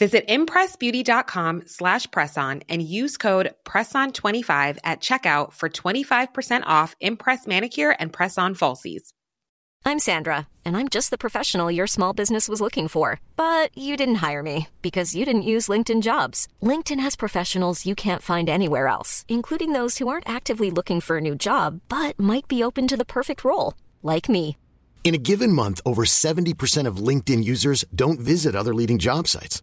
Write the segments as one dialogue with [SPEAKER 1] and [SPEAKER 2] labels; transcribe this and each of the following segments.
[SPEAKER 1] Visit impressbeauty.com slash presson and use code presson25 at checkout for 25% off Impress manicure and press-on falsies.
[SPEAKER 2] I'm Sandra, and I'm just the professional your small business was looking for. But you didn't hire me because you didn't use LinkedIn jobs. LinkedIn has professionals you can't find anywhere else, including those who aren't actively looking for a new job but might be open to the perfect role, like me.
[SPEAKER 3] In a given month, over 70% of LinkedIn users don't visit other leading job sites.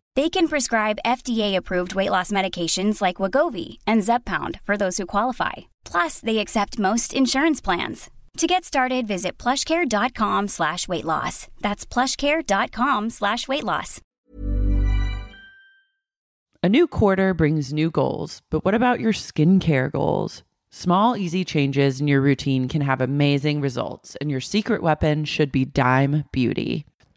[SPEAKER 4] They can prescribe FDA-approved weight loss medications like Wagovi and Zepbound for those who qualify. Plus, they accept most insurance plans. To get started, visit plushcare.com slash weight loss. That's plushcare.com slash weight loss.
[SPEAKER 5] A new quarter brings new goals, but what about your skincare goals? Small, easy changes in your routine can have amazing results, and your secret weapon should be Dime Beauty.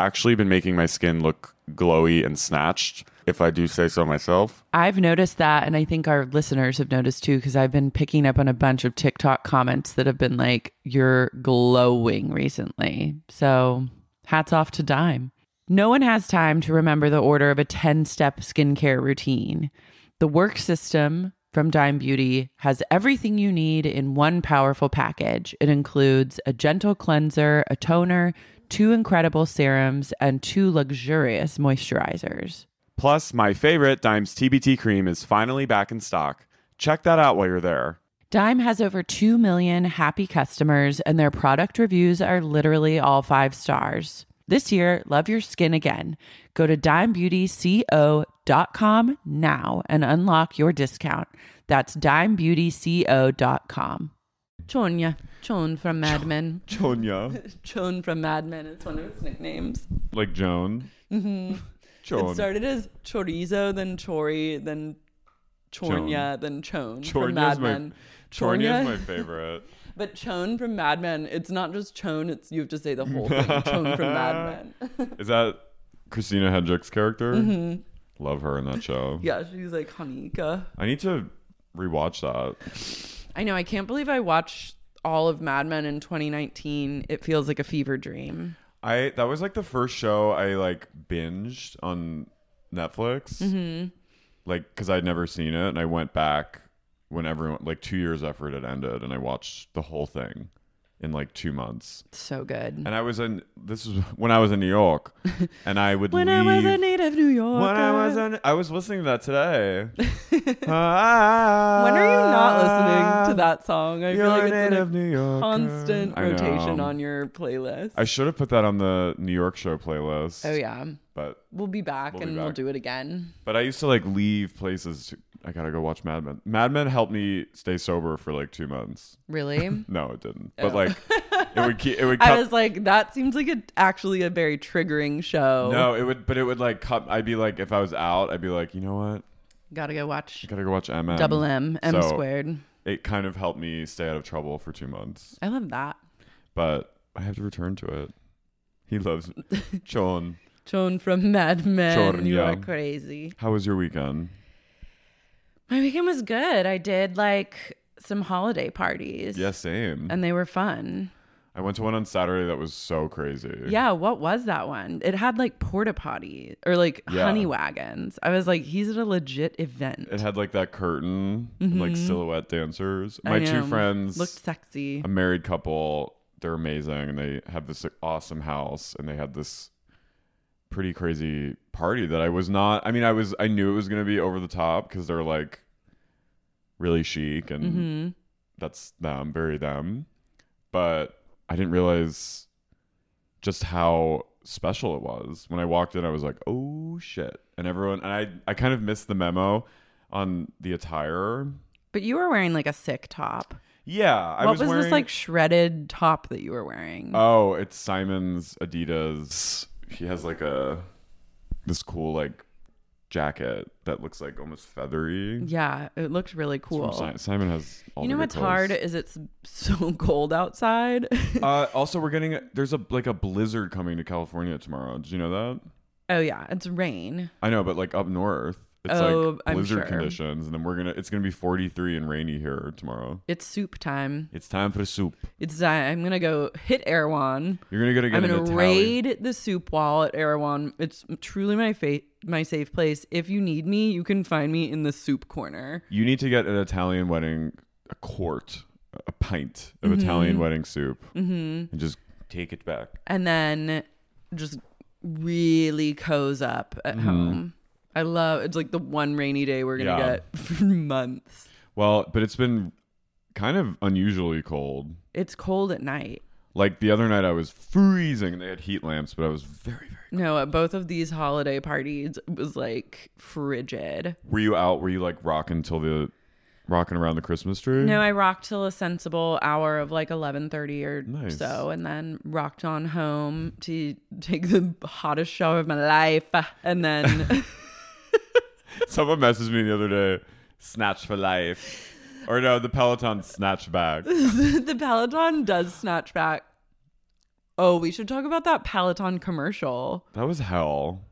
[SPEAKER 6] actually been making my skin look glowy and snatched, if I do say so myself.
[SPEAKER 5] I've noticed that, and I think our listeners have noticed too, because I've been picking up on a bunch of TikTok comments that have been like, you're glowing recently. So hats off to Dime. No one has time to remember the order of a 10 step skincare routine. The work system from Dime Beauty has everything you need in one powerful package. It includes a gentle cleanser, a toner, two incredible serums, and two luxurious moisturizers.
[SPEAKER 6] Plus, my favorite, Dime's TBT cream, is finally back in stock. Check that out while you're there.
[SPEAKER 5] Dime has over 2 million happy customers, and their product reviews are literally all five stars. This year, love your skin again. Go to dimebeautyco.com now and unlock your discount. That's dimebeautyco.com. Chonya, Chon from Mad Men.
[SPEAKER 6] Chonya.
[SPEAKER 5] Chon from Mad Men is one of his nicknames.
[SPEAKER 6] Like Joan.
[SPEAKER 5] It started as chorizo, then chori, then chornya, then chon from Mad Men. Chornya-
[SPEAKER 6] favorite.
[SPEAKER 5] But Chon from Mad Men, it's not just Chon, it's you have to say the whole thing. Chon from Mad Men.
[SPEAKER 6] Is that Christina Hendricks' character? Mm-hmm. Love her in that show.
[SPEAKER 5] yeah, she's like Hanika.
[SPEAKER 6] I need to rewatch that.
[SPEAKER 5] I know, I can't believe I watched all of Mad Men in 2019. It feels like a fever dream.
[SPEAKER 6] I that was like the first show I like binged on Netflix. Mm-hmm. Like, because I'd never seen it, and I went back when everyone like two years after it had ended, and I watched the whole thing in like two months.
[SPEAKER 5] So good.
[SPEAKER 6] And I was in this is when I was in New York, and I would
[SPEAKER 5] When I was a
[SPEAKER 6] leave-
[SPEAKER 5] native New Yorker.
[SPEAKER 6] When I was in, I was listening to that today. Ah. when
[SPEAKER 5] When
[SPEAKER 6] are
[SPEAKER 5] are you not listening to that song? I
[SPEAKER 6] You're
[SPEAKER 5] feel like
[SPEAKER 6] a
[SPEAKER 5] it's in
[SPEAKER 6] native New Yorker.
[SPEAKER 5] constant
[SPEAKER 6] I
[SPEAKER 5] rotation
[SPEAKER 6] know.
[SPEAKER 5] on your playlist.
[SPEAKER 6] I should have put that on the New York show playlist.
[SPEAKER 5] oh yeah.
[SPEAKER 6] but
[SPEAKER 5] We'll be back
[SPEAKER 6] We'll be
[SPEAKER 5] and we'll
[SPEAKER 6] back.
[SPEAKER 5] do it again.
[SPEAKER 6] But I used to like leave places. To, I gotta go watch Mad Men. Mad Men helped me stay sober for like two months.
[SPEAKER 5] Really?
[SPEAKER 6] No, it didn't. But like, it would keep. It would. Cut,
[SPEAKER 5] Oh. I was like, that seems like a, actually a very triggering show.
[SPEAKER 6] no, it would. But it would like cut. I'd be like, if I was out, I'd be like, you know what?
[SPEAKER 5] Gotta go watch
[SPEAKER 6] I gotta go watch MM.
[SPEAKER 5] Double M, M
[SPEAKER 6] So
[SPEAKER 5] squared.
[SPEAKER 6] It kind of helped me stay out of trouble for two months.
[SPEAKER 5] I love that.
[SPEAKER 6] But I have to return to it. He loves John.
[SPEAKER 5] Joan from Mad Men.
[SPEAKER 6] Chorn,
[SPEAKER 5] you
[SPEAKER 6] yeah.
[SPEAKER 5] are crazy.
[SPEAKER 6] How was your weekend?
[SPEAKER 5] My weekend was good. I did like some holiday parties.
[SPEAKER 6] Yeah, same.
[SPEAKER 5] And they were fun.
[SPEAKER 6] I went to one on Saturday that was so crazy.
[SPEAKER 5] Yeah, what was that one? It had like porta potty or like
[SPEAKER 6] Yeah.
[SPEAKER 5] honey wagons. I was like, he's at a legit event.
[SPEAKER 6] It had like that curtain, and, like silhouette dancers.
[SPEAKER 5] Mm-hmm. I
[SPEAKER 6] My two
[SPEAKER 5] know.
[SPEAKER 6] friends, Um,
[SPEAKER 5] looked sexy.
[SPEAKER 6] a married couple, they're amazing and they have this like, awesome house and they had this pretty crazy party that I was not I mean I was I knew it was going to be over the top cuz they're like really chic and
[SPEAKER 5] hmm
[SPEAKER 6] that's them, very them. But I didn't realize just how special it was. When I walked in, I was like, "Oh shit." And everyone and I I kind of missed the memo on the attire.
[SPEAKER 5] But you were wearing like a sick top.
[SPEAKER 6] Yeah, I
[SPEAKER 5] what
[SPEAKER 6] was,
[SPEAKER 5] was,
[SPEAKER 6] wearing
[SPEAKER 5] this like shredded top that you were wearing?
[SPEAKER 6] Oh, it's Simon's Adidas. She has like a this cool like jacket that looks like almost feathery.
[SPEAKER 5] yeah, it looked really
[SPEAKER 6] It's from
[SPEAKER 5] cool.
[SPEAKER 6] Si- Simon has all
[SPEAKER 5] you
[SPEAKER 6] the
[SPEAKER 5] know
[SPEAKER 6] good
[SPEAKER 5] what's
[SPEAKER 6] clothes.
[SPEAKER 5] hard is it's so cold outside.
[SPEAKER 6] Uh, also, we're getting there's a like a blizzard coming to California tomorrow. Did you know that?
[SPEAKER 5] oh yeah, it's rain.
[SPEAKER 6] I know, but like up north, it's
[SPEAKER 5] Oh,
[SPEAKER 6] like
[SPEAKER 5] I'm
[SPEAKER 6] blizzard
[SPEAKER 5] sure.
[SPEAKER 6] conditions, and then we're gonna it's gonna be 43 and rainy here tomorrow.
[SPEAKER 5] It's soup time.
[SPEAKER 6] It's time for the soup.
[SPEAKER 5] It's uh, I'm gonna go hit Erewhon.
[SPEAKER 6] You're gonna get to get
[SPEAKER 5] I'm
[SPEAKER 6] in
[SPEAKER 5] gonna
[SPEAKER 6] the tally.
[SPEAKER 5] raid the soup wall at Erewhon. It's truly my fa- my safe place. If you need me, you can find me in the soup corner.
[SPEAKER 6] You need to get an Italian wedding, a quart, a pint of
[SPEAKER 5] Mm-hmm.
[SPEAKER 6] Italian wedding soup, mm-hmm. and just take it back.
[SPEAKER 5] and then just really cozy up at home. I love it's like the one rainy day we're gonna
[SPEAKER 6] Mm-hmm. Yeah.
[SPEAKER 5] get for months.
[SPEAKER 6] Well, but it's been kind of unusually cold.
[SPEAKER 5] It's cold at night.
[SPEAKER 6] Like the other night, I was freezing. and They had heat lamps, but I was very, very.
[SPEAKER 5] No, at both of these holiday parties it was like frigid.
[SPEAKER 6] Were you out? Were you like rocking till the rocking around the Christmas tree?
[SPEAKER 5] No, I rocked till a sensible hour of like eleven thirty or
[SPEAKER 6] Nice.
[SPEAKER 5] so, and then rocked on home to take the hottest shower of my life, and then
[SPEAKER 6] Someone messaged me the other day, snatch for life, or no, the Peloton snatch back.
[SPEAKER 5] the Peloton does snatch back. Oh, we should talk about that Peloton commercial.
[SPEAKER 6] That was hell.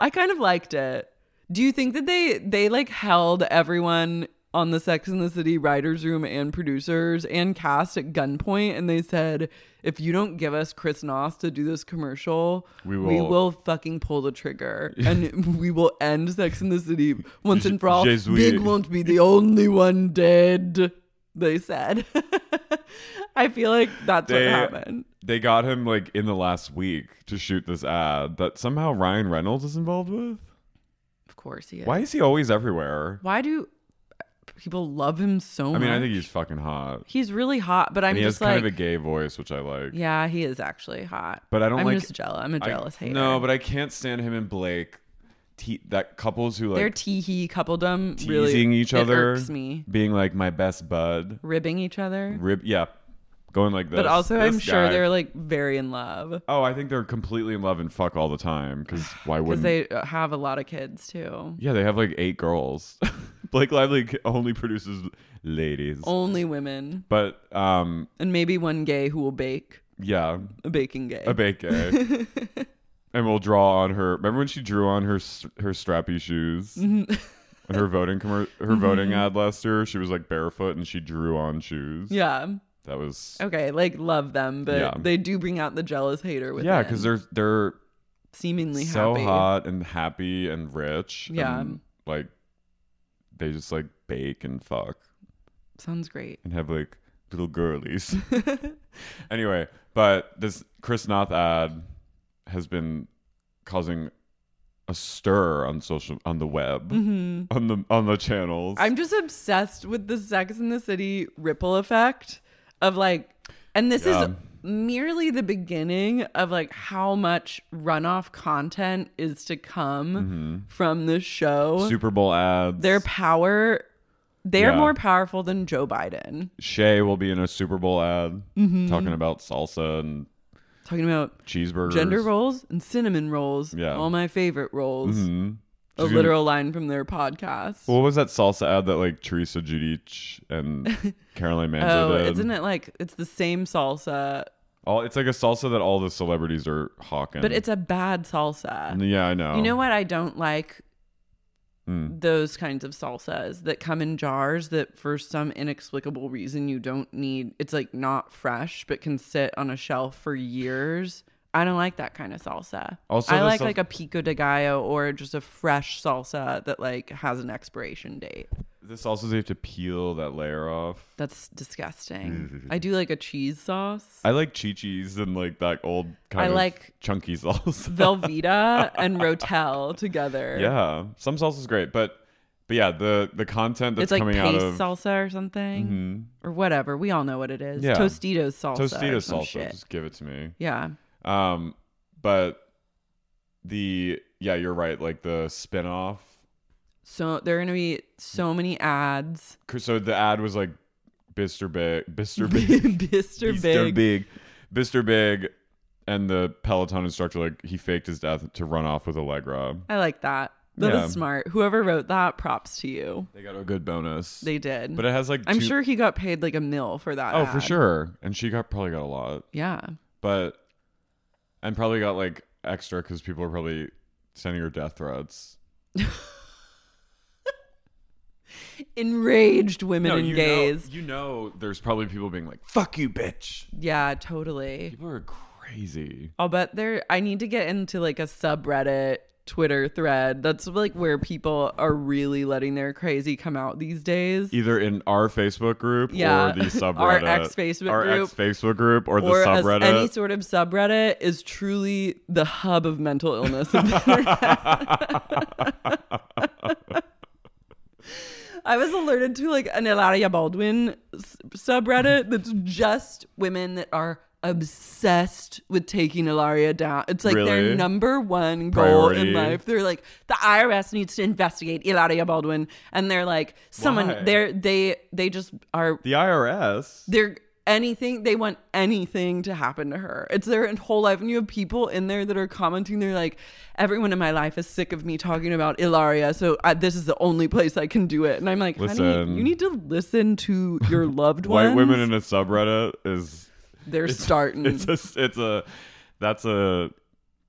[SPEAKER 5] I kind of liked it. Do you think that they they like held everyone on the Sex and the City writers room and producers and cast at gunpoint and they said if you don't give us Chris Noss to do this commercial,
[SPEAKER 6] We
[SPEAKER 5] we
[SPEAKER 6] will-
[SPEAKER 5] will fucking pull the trigger and we will end Sex and the City once and for all.
[SPEAKER 6] Yes, we-
[SPEAKER 5] Big won't be the only one dead. They said. I feel like that's
[SPEAKER 6] They-
[SPEAKER 5] what happened.
[SPEAKER 6] They got him like in the last week to shoot this ad that somehow Ryan Reynolds is involved with.
[SPEAKER 5] Of course he is.
[SPEAKER 6] Why is he always everywhere?
[SPEAKER 5] Why do people love him so
[SPEAKER 6] I
[SPEAKER 5] much?
[SPEAKER 6] mean, I think he's fucking hot.
[SPEAKER 5] He's really hot, but I'm
[SPEAKER 6] and he has
[SPEAKER 5] just
[SPEAKER 6] kind
[SPEAKER 5] like,
[SPEAKER 6] of a gay voice, which I like.
[SPEAKER 5] yeah, he is actually hot.
[SPEAKER 6] But I don't
[SPEAKER 5] I'm
[SPEAKER 6] like-
[SPEAKER 5] just jealous. I'm a
[SPEAKER 6] I-
[SPEAKER 5] jealous hater.
[SPEAKER 6] No, but I can't stand him and Blake. Te- that couples who
[SPEAKER 5] their
[SPEAKER 6] like
[SPEAKER 5] teehee coupledom
[SPEAKER 6] teasing
[SPEAKER 5] really
[SPEAKER 6] each
[SPEAKER 5] it
[SPEAKER 6] other,
[SPEAKER 5] irks me.
[SPEAKER 6] being like my best bud,
[SPEAKER 5] Ribbing each other,
[SPEAKER 6] rib. Yeah, going like this.
[SPEAKER 5] but also I'm
[SPEAKER 6] This
[SPEAKER 5] sure
[SPEAKER 6] guy.
[SPEAKER 5] they're like very in love
[SPEAKER 6] Oh, I think they're completely in love and fuck all the time. Because why
[SPEAKER 5] because they
[SPEAKER 6] wouldn't?
[SPEAKER 5] uh, have a lot of kids too.
[SPEAKER 6] yeah, they have like eight girls. Blake Lively only produces ladies.
[SPEAKER 5] Only women,
[SPEAKER 6] But um,
[SPEAKER 5] and maybe one gay who will bake
[SPEAKER 6] yeah,
[SPEAKER 5] a baking gay.
[SPEAKER 6] a bake gay. and we'll draw on her. Remember when she drew on her s- her strappy shoes and
[SPEAKER 5] Mm-hmm.
[SPEAKER 6] her voting commer- her voting ad last year? She was like barefoot and she drew on shoes.
[SPEAKER 5] yeah.
[SPEAKER 6] that was
[SPEAKER 5] Okay, like love them, but
[SPEAKER 6] Yeah.
[SPEAKER 5] they do bring out the jealous hater with
[SPEAKER 6] yeah, because they're they're
[SPEAKER 5] seemingly
[SPEAKER 6] so
[SPEAKER 5] happy.
[SPEAKER 6] hot and happy and rich.
[SPEAKER 5] Yeah.
[SPEAKER 6] and, like they just like bake and fuck
[SPEAKER 5] Sounds great.
[SPEAKER 6] and have like little girlies. anyway, but this Chris Noth ad has been causing a stir on social on the web on the on the channels.
[SPEAKER 5] Mm-hmm. I'm just obsessed with the Sex in the City ripple effect of like, and this
[SPEAKER 6] Yeah.
[SPEAKER 5] is merely the beginning of like how much runoff content is to come from this show.
[SPEAKER 6] Mm-hmm. Super Bowl ads.
[SPEAKER 5] Their power, they're
[SPEAKER 6] Yeah.
[SPEAKER 5] more powerful than Joe Biden.
[SPEAKER 6] Shay will be in a Super Bowl ad
[SPEAKER 5] Mm-hmm.
[SPEAKER 6] talking about salsa and
[SPEAKER 5] Talking about
[SPEAKER 6] cheeseburgers.
[SPEAKER 5] gender rolls and cinnamon rolls,
[SPEAKER 6] Yeah.
[SPEAKER 5] all my favorite rolls.
[SPEAKER 6] Mhm.
[SPEAKER 5] A
[SPEAKER 6] She's gonna-
[SPEAKER 5] literal line from their podcast.
[SPEAKER 6] What was that salsa ad that like Teresa Giudice and Caroline Manzo
[SPEAKER 5] Oh,
[SPEAKER 6] did?
[SPEAKER 5] isn't it like it's the same salsa,
[SPEAKER 6] All, it's like a salsa that all the celebrities are hawking. Mm,
[SPEAKER 5] but it's a bad salsa.
[SPEAKER 6] yeah, I know.
[SPEAKER 5] You know what I don't like?
[SPEAKER 6] Hmm.
[SPEAKER 5] those kinds of salsas that come in jars that for some inexplicable reason you don't need it's like not fresh but can sit on a shelf for years i don't like that kind of salsa
[SPEAKER 6] Also,
[SPEAKER 5] i
[SPEAKER 6] the
[SPEAKER 5] like
[SPEAKER 6] sal-
[SPEAKER 5] like a pico de gallo or just a fresh salsa that like has an expiration date
[SPEAKER 6] This also they have to peel that layer off.
[SPEAKER 5] that's disgusting i do like a cheese sauce
[SPEAKER 6] I like chichis and like that old kind
[SPEAKER 5] I
[SPEAKER 6] of
[SPEAKER 5] like
[SPEAKER 6] chunky sauce.
[SPEAKER 5] Velveeta and Rotel together.
[SPEAKER 6] yeah, some sauce is great, but but yeah, the the content that's
[SPEAKER 5] it's like
[SPEAKER 6] coming
[SPEAKER 5] paste
[SPEAKER 6] out of Mm-hmm.
[SPEAKER 5] salsa or something or whatever. We all know what it is.
[SPEAKER 6] Yeah.
[SPEAKER 5] Tostitos salsa. or
[SPEAKER 6] Tostitos
[SPEAKER 5] some
[SPEAKER 6] salsa,
[SPEAKER 5] shit.
[SPEAKER 6] just give it to me.
[SPEAKER 5] Yeah.
[SPEAKER 6] Um, but the yeah, you're right. Like the spinoff.
[SPEAKER 5] So there are gonna be so many ads.
[SPEAKER 6] 'Cause- So the ad was like Bister Big, Bister Big,
[SPEAKER 5] Mr. Big.
[SPEAKER 6] Big, Bister Big, and the Peloton instructor like he faked his death to run off with Allegra.
[SPEAKER 5] I like that. That
[SPEAKER 6] Yeah.
[SPEAKER 5] was smart. Whoever wrote that, props to you.
[SPEAKER 6] They got a good bonus.
[SPEAKER 5] They did.
[SPEAKER 6] but it has like
[SPEAKER 5] I'm
[SPEAKER 6] two-
[SPEAKER 5] sure he got paid like a mil for that.
[SPEAKER 6] Oh, for
[SPEAKER 5] ad.
[SPEAKER 6] sure. And she got probably got a lot,
[SPEAKER 5] Yeah.
[SPEAKER 6] but and probably got like extra because people are probably sending her death threats.
[SPEAKER 5] Enraged women and
[SPEAKER 6] you
[SPEAKER 5] gays.
[SPEAKER 6] Know, you know, there's probably people being like, "Fuck you, bitch."
[SPEAKER 5] Yeah, totally.
[SPEAKER 6] People are crazy.
[SPEAKER 5] I'll bet there. I need to get into like a subreddit, Twitter thread. That's like where people are really letting their crazy come out these days.
[SPEAKER 6] Either in our Facebook group
[SPEAKER 5] Yeah.
[SPEAKER 6] or the
[SPEAKER 5] Our
[SPEAKER 6] subreddit,
[SPEAKER 5] ex-Facebook
[SPEAKER 6] our
[SPEAKER 5] group.
[SPEAKER 6] ex Facebook group, or the
[SPEAKER 5] or as
[SPEAKER 6] subreddit.
[SPEAKER 5] any sort of subreddit is truly the hub of mental illness. of the internet. I was alerted to like an Elaria Baldwin s- subreddit that's just women that are obsessed with taking Ilaria down. It's like
[SPEAKER 6] Really?
[SPEAKER 5] their number one goal
[SPEAKER 6] Priority.
[SPEAKER 5] in life. They're like, the IRS needs to investigate Ilaria Baldwin. And they're like, someone
[SPEAKER 6] Why?
[SPEAKER 5] they're they they just are
[SPEAKER 6] the IRS.
[SPEAKER 5] they're anything they want anything to happen to her it's their whole life and you have people in there that are commenting they're like everyone in my life is sick of me talking about ilaria so I, this is the only place i can do it and i'm like
[SPEAKER 6] Listen.
[SPEAKER 5] honey you need to listen to your loved
[SPEAKER 6] White
[SPEAKER 5] ones
[SPEAKER 6] women in a subreddit is
[SPEAKER 5] they're starting
[SPEAKER 6] it's a it's a that's a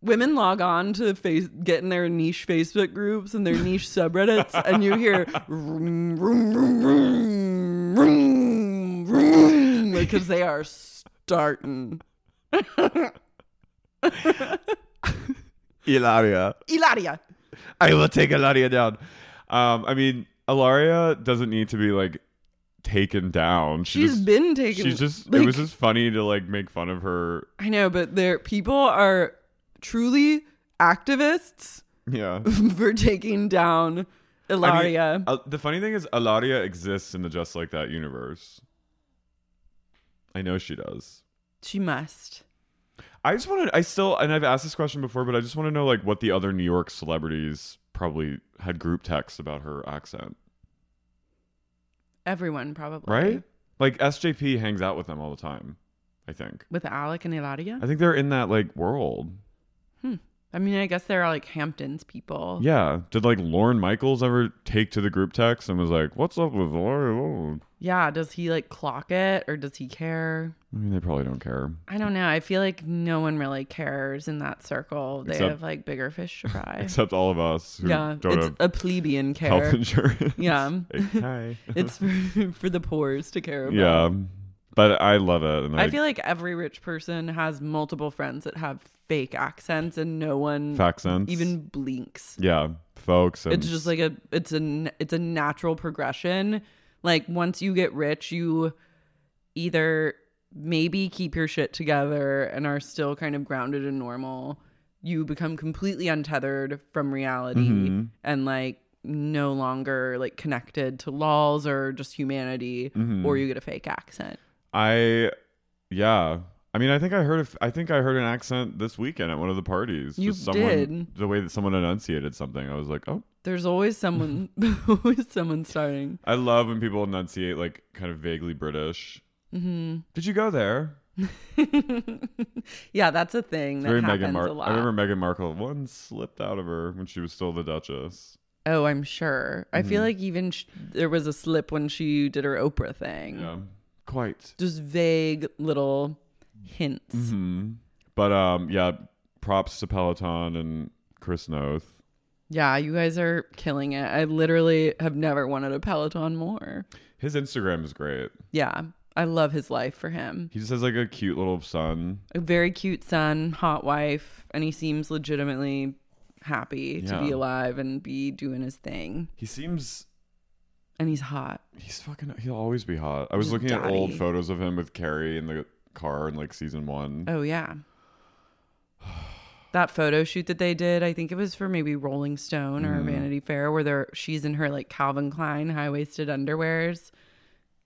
[SPEAKER 5] women log on to face get in their niche facebook groups and their niche subreddits and you hear vroom, vroom, vroom, vroom, vroom, vroom, because they are starting
[SPEAKER 6] Ilaria.
[SPEAKER 5] ilaria
[SPEAKER 6] I will take Ilaria down. Um, I mean, Ilaria doesn't need to be like taken down. She
[SPEAKER 5] She's
[SPEAKER 6] just,
[SPEAKER 5] been taken.
[SPEAKER 6] She's just. it
[SPEAKER 5] like-
[SPEAKER 6] was just funny to like make fun of her.
[SPEAKER 5] I know, but there people are truly activists
[SPEAKER 6] Yeah.
[SPEAKER 5] for taking down
[SPEAKER 6] I mean,
[SPEAKER 5] Ilaria.
[SPEAKER 6] uh, the funny thing is, Ilaria exists in the Just Like That universe. I know she does.
[SPEAKER 5] she must.
[SPEAKER 6] I just want to. I still, and I've asked this question before, but I just want to know like what the other New York celebrities probably had group texts about her accent,
[SPEAKER 5] Everyone probably
[SPEAKER 6] right? Like SJP hangs out with them all the time. I think.
[SPEAKER 5] with Alec and Ilaria.
[SPEAKER 6] I think they're in that like world.
[SPEAKER 5] I mean, I guess they're like Hamptons people.
[SPEAKER 6] Yeah. Did like Lauren Michaels ever take to the group text and was like, "What's up with Lauren?"
[SPEAKER 5] Yeah. Does he like clock it or does he care?
[SPEAKER 6] I mean, they probably don't care.
[SPEAKER 5] I don't know. I feel like no one really cares in that circle. They
[SPEAKER 6] Except-
[SPEAKER 5] have like bigger fish to fry.
[SPEAKER 6] Except all of us who
[SPEAKER 5] yeah,
[SPEAKER 6] don't
[SPEAKER 5] it's
[SPEAKER 6] have
[SPEAKER 5] a plebeian
[SPEAKER 6] health
[SPEAKER 5] care.
[SPEAKER 6] insurance.
[SPEAKER 5] Yeah.
[SPEAKER 6] Hey, hi.
[SPEAKER 5] It's for, for the poor's to care about.
[SPEAKER 6] yeah. But I love it. And I,
[SPEAKER 5] I feel like every rich person has multiple friends that have fake accents and no one
[SPEAKER 6] fact sense.
[SPEAKER 5] even blinks.
[SPEAKER 6] yeah, folks. And,
[SPEAKER 5] It's just like a it's an it's a natural progression. Like once you get rich, you either maybe keep your shit together and are still kind of grounded and normal. You become completely untethered from reality
[SPEAKER 6] Mhm.
[SPEAKER 5] and like no longer like connected to laws or just humanity
[SPEAKER 6] Mhm.
[SPEAKER 5] or you get a fake accent.
[SPEAKER 6] I, yeah. I mean, I think I heard. a f- I think I heard an accent this weekend at one of the parties.
[SPEAKER 5] You
[SPEAKER 6] Just someone,
[SPEAKER 5] did.
[SPEAKER 6] The way that someone enunciated something, I was like, "Oh,
[SPEAKER 5] There's always someone, always someone starting.
[SPEAKER 6] I love when people enunciate like kind of vaguely British."
[SPEAKER 5] hmm
[SPEAKER 6] Did you go there?
[SPEAKER 5] yeah, that's a thing
[SPEAKER 6] It's
[SPEAKER 5] that
[SPEAKER 6] very
[SPEAKER 5] happens
[SPEAKER 6] Meghan
[SPEAKER 5] a
[SPEAKER 6] Markle.
[SPEAKER 5] lot.
[SPEAKER 6] I remember Meghan Markle one slipped out of her when she was still the Duchess.
[SPEAKER 5] oh, I'm sure. I
[SPEAKER 6] Mm-hmm.
[SPEAKER 5] feel like even sh- there was a slip when she did her Oprah thing.
[SPEAKER 6] Yeah, quite.
[SPEAKER 5] Just vague little hints.
[SPEAKER 6] Mm-hmm. Mhm. But um, yeah. Props to Peloton and Chris Noth.
[SPEAKER 5] Yeah, you guys are killing it. I literally have never wanted a Peloton more.
[SPEAKER 6] His Instagram is great.
[SPEAKER 5] Yeah, I love his life for him.
[SPEAKER 6] He just has like a cute little son.
[SPEAKER 5] A very cute son, hot wife, and he seems legitimately happy to be
[SPEAKER 6] Yeah.
[SPEAKER 5] alive and be doing his thing.
[SPEAKER 6] He seems
[SPEAKER 5] And he's hot.
[SPEAKER 6] he's fucking he'll always be hot. I was
[SPEAKER 5] He's
[SPEAKER 6] looking at old
[SPEAKER 5] daddy.
[SPEAKER 6] photos of him with Carrie in the car in like season one.
[SPEAKER 5] Oh yeah. That photo shoot that they did, I think it was for maybe Rolling Stone
[SPEAKER 6] Mm.
[SPEAKER 5] or Vanity Fair, where they're she's in her like Calvin Klein high waisted underwears,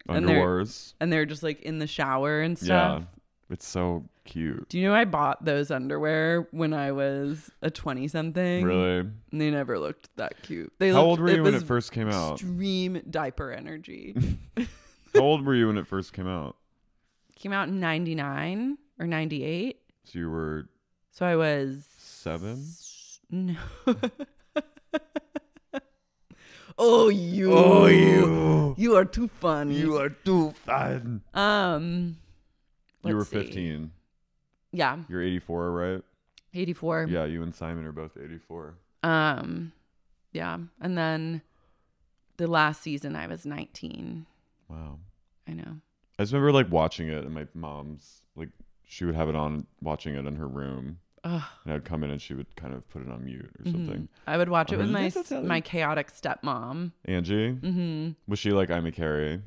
[SPEAKER 5] and they're-
[SPEAKER 6] Underwears.
[SPEAKER 5] and they're just like in the shower and
[SPEAKER 6] Yeah.
[SPEAKER 5] stuff.
[SPEAKER 6] It's so cute.
[SPEAKER 5] Do you know I bought those underwear when I was a twenty something?
[SPEAKER 6] Really?
[SPEAKER 5] And they never looked that cute. They
[SPEAKER 6] How
[SPEAKER 5] looked-
[SPEAKER 6] old were you when
[SPEAKER 5] was
[SPEAKER 6] it first came out?
[SPEAKER 5] Extreme diaper energy.
[SPEAKER 6] How old were you when it first came out?
[SPEAKER 5] Came out in ninety nine or ninety eight.
[SPEAKER 6] So you were
[SPEAKER 5] So I was
[SPEAKER 6] seven?
[SPEAKER 5] No. oh you.
[SPEAKER 6] you.
[SPEAKER 5] You are too funny.
[SPEAKER 6] are too fun.
[SPEAKER 5] um
[SPEAKER 6] you were
[SPEAKER 5] let's see.
[SPEAKER 6] 15.
[SPEAKER 5] Yeah.
[SPEAKER 6] You're 84, right?
[SPEAKER 5] 84.
[SPEAKER 6] Yeah, you and Simon are both 84.
[SPEAKER 5] Um yeah, and then the last season I was 19.
[SPEAKER 6] Wow.
[SPEAKER 5] I know.
[SPEAKER 6] I just remember like watching it and my mom's like she would have it on watching it in her room.
[SPEAKER 5] Ugh.
[SPEAKER 6] And I'd come in and she would kind of put it on mute or
[SPEAKER 5] Mhm.
[SPEAKER 6] something.
[SPEAKER 5] I would watch it with my
[SPEAKER 6] That's how-
[SPEAKER 5] my chaotic stepmom.
[SPEAKER 6] Angie?
[SPEAKER 5] Mhm.
[SPEAKER 6] Was she like I'm a Carrie?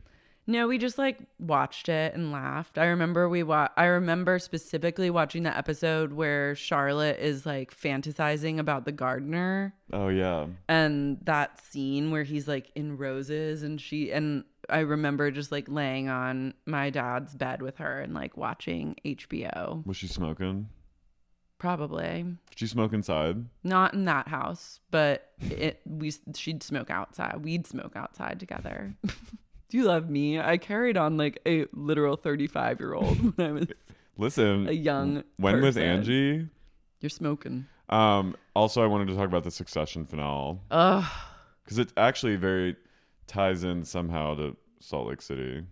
[SPEAKER 5] No, we just like watched it and laughed. I remember we wa- I remember specifically watching the episode where Charlotte is like fantasizing about the gardener.
[SPEAKER 6] Oh yeah.
[SPEAKER 5] and that scene where he's like in roses and she and i remember just like laying on my dad's bed with her and like watching hbo
[SPEAKER 6] Was she smoking?
[SPEAKER 5] probably
[SPEAKER 6] Did she smoke inside?
[SPEAKER 5] not in that house but it we she'd smoke outside we'd smoke outside together do you love me i carried on like a literal 35 year old when i was
[SPEAKER 6] Listen.
[SPEAKER 5] A young
[SPEAKER 6] When with
[SPEAKER 5] person.
[SPEAKER 6] Angie?
[SPEAKER 5] you're smoking
[SPEAKER 6] Um also I wanted to talk about the Succession finale
[SPEAKER 5] Ugh.
[SPEAKER 6] cuz it actually very ties in somehow to Salt Lake City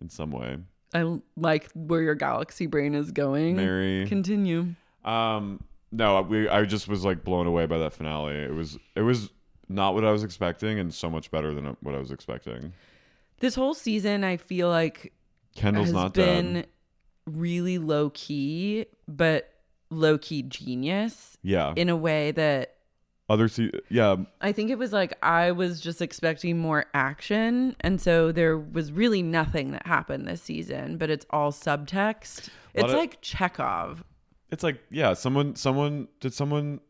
[SPEAKER 6] in some way.
[SPEAKER 5] i like where your galaxy brain is going
[SPEAKER 6] Mary
[SPEAKER 5] continue
[SPEAKER 6] Um, no, we. I just was like blown away by that finale. It was. It was not what I was expecting, and so much better than what I was expecting.
[SPEAKER 5] this whole season i feel like
[SPEAKER 6] Kendall's
[SPEAKER 5] has
[SPEAKER 6] not
[SPEAKER 5] been
[SPEAKER 6] dead.
[SPEAKER 5] really low key, but low key genius
[SPEAKER 6] Yeah.
[SPEAKER 5] in a way that
[SPEAKER 6] Other se- Yeah.
[SPEAKER 5] I think it was like I was just expecting more action, and so there was really nothing that happened this season. But it's all subtext.
[SPEAKER 6] Lot
[SPEAKER 5] It's
[SPEAKER 6] of-
[SPEAKER 5] like Chekhov.
[SPEAKER 6] It's like yeah. Someone. Someone. Did someone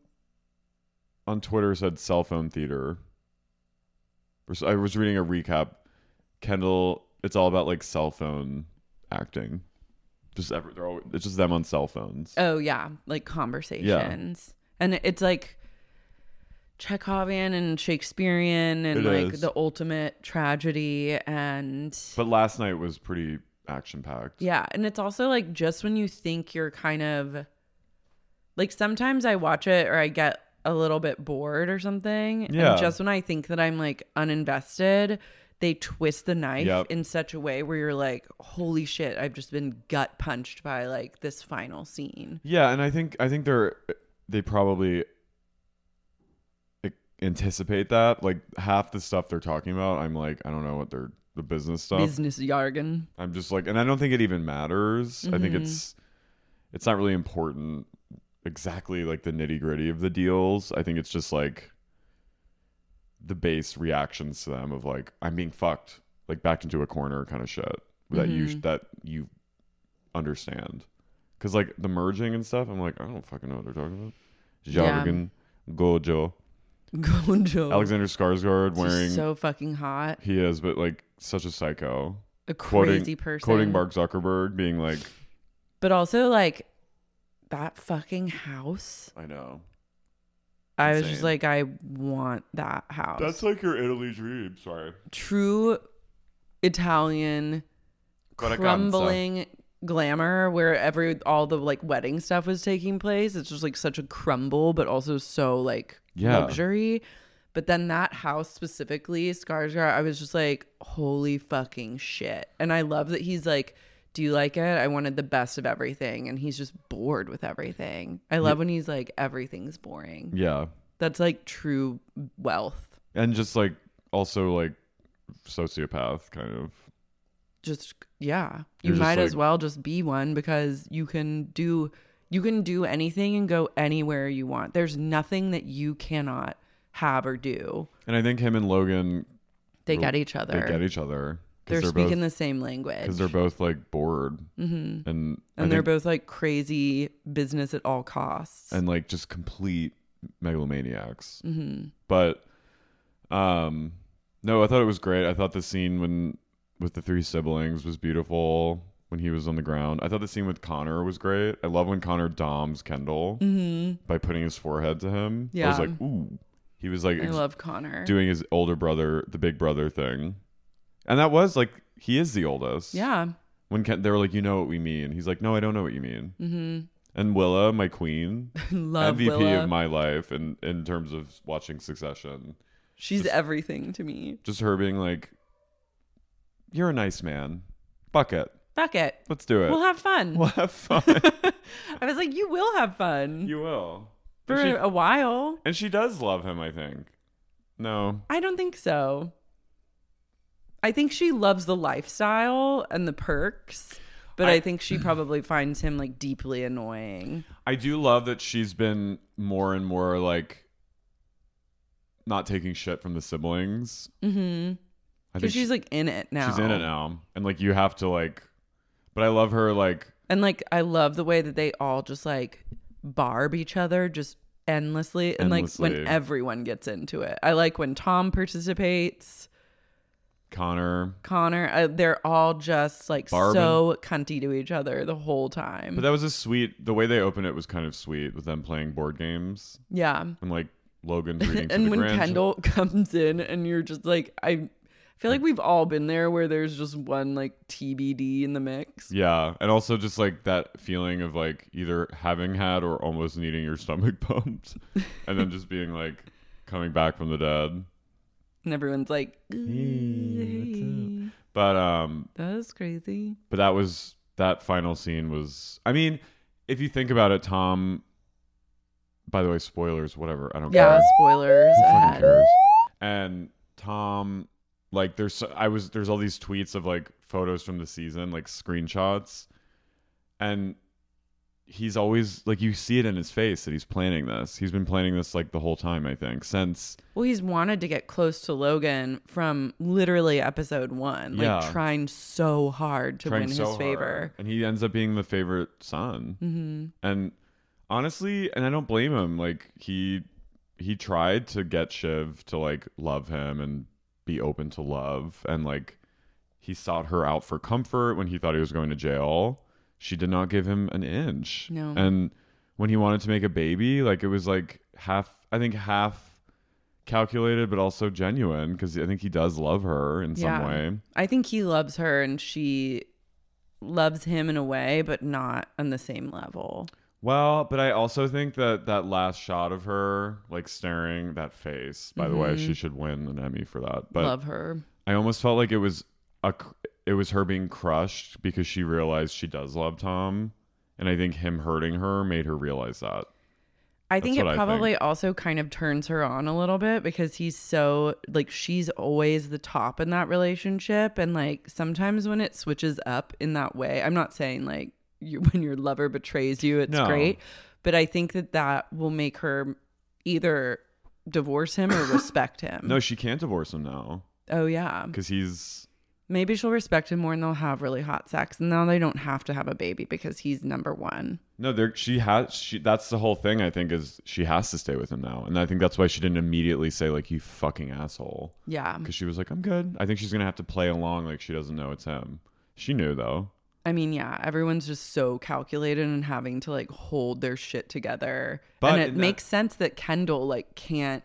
[SPEAKER 6] on Twitter said cell phone theater. Or so- I was reading a recap. Kendall. It's all about like cell phone acting. Just every, they're all, it's just them on cell phones.
[SPEAKER 5] Oh yeah, like conversations, and it's like Chekhovian and Shakespearean, and
[SPEAKER 6] It
[SPEAKER 5] like
[SPEAKER 6] is.
[SPEAKER 5] the ultimate tragedy and.
[SPEAKER 6] But last night was pretty action packed.
[SPEAKER 5] Yeah. And it's also like just when you think you're kind of like sometimes I watch it or I get a little bit bored or something.
[SPEAKER 6] Yeah.
[SPEAKER 5] And just when I think that I'm like uninvested, they twist the knife
[SPEAKER 6] Yep.
[SPEAKER 5] in such a way where you're like, holy shit, I've just been gut punched by like this final scene.
[SPEAKER 6] Yeah, and I think I think they're they probably a- anticipate that. Like half the stuff they're talking about, I'm like, I don't know what they're the business stuff.
[SPEAKER 5] Business jargon.
[SPEAKER 6] I'm just like, and I don't think it even matters. I
[SPEAKER 5] Mm-hmm.
[SPEAKER 6] think it's it's not really important exactly like the nitty gritty of the deals. I think it's just like the base reactions to them of like I'm being fucked, like backed into a corner kind of shit that you
[SPEAKER 5] Mm-hmm.
[SPEAKER 6] that you understand. Cause like the merging and stuff, I'm like I don't fucking know what they're talking about.
[SPEAKER 5] Yeah.
[SPEAKER 6] Jargon, Gojo,
[SPEAKER 5] Gonjo.
[SPEAKER 6] Alexander Skarsgård
[SPEAKER 5] She's
[SPEAKER 6] wearing
[SPEAKER 5] so fucking hot.
[SPEAKER 6] he is, but like such a psycho
[SPEAKER 5] A
[SPEAKER 6] quoting,
[SPEAKER 5] crazy person.
[SPEAKER 6] quoting Mark Zuckerberg, being like,
[SPEAKER 5] But also like that fucking house.
[SPEAKER 6] "I know
[SPEAKER 5] I was just
[SPEAKER 6] Insane.
[SPEAKER 5] like, I want that house.
[SPEAKER 6] that's like your Italy dream." Sorry,
[SPEAKER 5] true Italian crumbling glamour where every all the like wedding stuff was taking place. It's just like such a crumble, but also so like
[SPEAKER 6] Yeah.
[SPEAKER 5] luxury. But then that house specifically, Skarsgård, I was just like, holy fucking shit. And I love that he's like, do you like it? I wanted the best of everything. And he's just bored with everything. I love when he's like, everything's boring.
[SPEAKER 6] Yeah,
[SPEAKER 5] That's like true wealth.
[SPEAKER 6] and just like also like sociopath kind of.
[SPEAKER 5] Just yeah, you
[SPEAKER 6] You're just
[SPEAKER 5] might as
[SPEAKER 6] like-
[SPEAKER 5] well just be one because you can do you can do anything and go anywhere you want. There's nothing that you cannot have or do.
[SPEAKER 6] And I think him and Logan
[SPEAKER 5] They
[SPEAKER 6] Rel-
[SPEAKER 5] get each other.
[SPEAKER 6] they get each other
[SPEAKER 5] they're, speaking the same language.
[SPEAKER 6] because they're both like bored
[SPEAKER 5] Mhm.
[SPEAKER 6] and I
[SPEAKER 5] and they're
[SPEAKER 6] think-
[SPEAKER 5] both like crazy business at all costs.
[SPEAKER 6] and like just complete megalomaniacs.
[SPEAKER 5] hmm
[SPEAKER 6] But um no, I thought it was great. I thought the scene when with the three siblings was beautiful when he was on the ground. I thought the scene with Connor was great. I love when Connor doms Kendall by putting his forehead to him. I
[SPEAKER 5] Mm-hmm. Yeah.
[SPEAKER 6] was like, ooh. He was like
[SPEAKER 5] I
[SPEAKER 6] ex-
[SPEAKER 5] love Connor.
[SPEAKER 6] doing his older brother, the big brother thing. And that was like he is the oldest.
[SPEAKER 5] yeah.
[SPEAKER 6] When Ken, they were like, "You know what we mean?" He's like, "No, I don't know what you mean."
[SPEAKER 5] hmm
[SPEAKER 6] And Willa, my queen,
[SPEAKER 5] love
[SPEAKER 6] MVP
[SPEAKER 5] Willa.
[SPEAKER 6] of my life, and in terms of watching Succession,
[SPEAKER 5] She's
[SPEAKER 6] just-
[SPEAKER 5] everything to me.
[SPEAKER 6] just her being like, "You're a nice man, bucket.
[SPEAKER 5] Fuck it.
[SPEAKER 6] Let's do it.
[SPEAKER 5] We'll have fun.
[SPEAKER 6] We'll have fun.
[SPEAKER 5] I was like, you will have fun
[SPEAKER 6] you will."
[SPEAKER 5] for
[SPEAKER 6] and, she,
[SPEAKER 5] a while.
[SPEAKER 6] and she does love him, I think. No,
[SPEAKER 5] I don't think so. I think she loves the lifestyle and the perks, but I,
[SPEAKER 6] I-
[SPEAKER 5] think she probably finds him like deeply annoying.
[SPEAKER 6] I do love that she's been more and more like not taking shit from the siblings.
[SPEAKER 5] Mm-hmm.
[SPEAKER 6] I
[SPEAKER 5] Because she's like in it now.
[SPEAKER 6] she's in it now, and like you have to like. But I love her like
[SPEAKER 5] And like I love the way that they all just like barb each other just endlessly and like when
[SPEAKER 6] Endlessly.
[SPEAKER 5] everyone gets into it. I like when Tom participates,
[SPEAKER 6] Connor.
[SPEAKER 5] Connor, I, they're all just like so
[SPEAKER 6] Barbing.
[SPEAKER 5] cunty to each other the whole time.
[SPEAKER 6] But that was a sweet. The way they opened it was kind of sweet with them playing board games
[SPEAKER 5] yeah.
[SPEAKER 6] and like Logan's reading to
[SPEAKER 5] and
[SPEAKER 6] the
[SPEAKER 5] when
[SPEAKER 6] grandchil-
[SPEAKER 5] Kendall comes in and you're just like I feel like we've all been there where there's just one like TBD in the mix.
[SPEAKER 6] Yeah, and also just like that feeling of like either having had or almost needing your stomach pumped, and then just being like coming back from the dead.
[SPEAKER 5] And everyone's like, "Hey,
[SPEAKER 6] But um,
[SPEAKER 5] that's crazy.
[SPEAKER 6] but that was that final scene was. I mean, if you think about it, Tom. By the way, spoilers. Whatever. I don't
[SPEAKER 5] Yeah,
[SPEAKER 6] care.
[SPEAKER 5] spoilers
[SPEAKER 6] Who fucking
[SPEAKER 5] ahead.
[SPEAKER 6] cares? And Tom, like, there's so- I was there's all these tweets of like photos from the season, like screenshots, and he's always like you see it in his face that he's planning this. He's been planning this like the whole time, I think, since
[SPEAKER 5] Well, he's wanted to get close to Logan from literally episode one, like
[SPEAKER 6] Yeah.
[SPEAKER 5] trying so hard to
[SPEAKER 6] trying
[SPEAKER 5] win
[SPEAKER 6] so
[SPEAKER 5] his favor.
[SPEAKER 6] hard. and he ends up being the favorite son.
[SPEAKER 5] hmm
[SPEAKER 6] And honestly, and I don't blame him. Like he he tried to get Shiv to like love him and be open to love and like he sought her out for comfort when he thought he was going to jail. She did not give him an inch.
[SPEAKER 5] No.
[SPEAKER 6] And when he wanted to make a baby, like it was like half I think half calculated but also genuine because I think he does love her in some way.
[SPEAKER 5] I think he loves her and she loves him in a way, but not on the same level.
[SPEAKER 6] Well, but I also think that that last shot of her, like staring that face. By the way, she should win an Emmy for that. But
[SPEAKER 5] Love her.
[SPEAKER 6] I almost felt like it was a, cr- it was her being crushed because she realized she does love Tom, and I think him hurting her made her realize that.
[SPEAKER 5] I think it
[SPEAKER 6] what I think.
[SPEAKER 5] probably also kind of turns her on a little bit because he's so like she's always the top in that relationship and like sometimes when it switches up in that way, I'm not saying like you, when your lover betrays you it's
[SPEAKER 6] No.
[SPEAKER 5] great, but I think that that will make her either divorce him or respect him.
[SPEAKER 6] No, she can't divorce him now
[SPEAKER 5] oh yeah.
[SPEAKER 6] because he's
[SPEAKER 5] Maybe she'll respect him more and they'll have really hot sex and now they don't have to have a baby because he's number 1.
[SPEAKER 6] no. There, she has. She that's the whole thing. I think is she has to stay with him now, and I think that's why she didn't immediately say like you fucking asshole.
[SPEAKER 5] Yeah.
[SPEAKER 6] because she was like, "I'm good." I think she's gonna have to play along like she doesn't know it's him. She knew though.
[SPEAKER 5] I mean, yeah, everyone's just so calculated and having to like hold their shit together.
[SPEAKER 6] But
[SPEAKER 5] and it
[SPEAKER 6] in that-
[SPEAKER 5] makes sense that Kendall like can't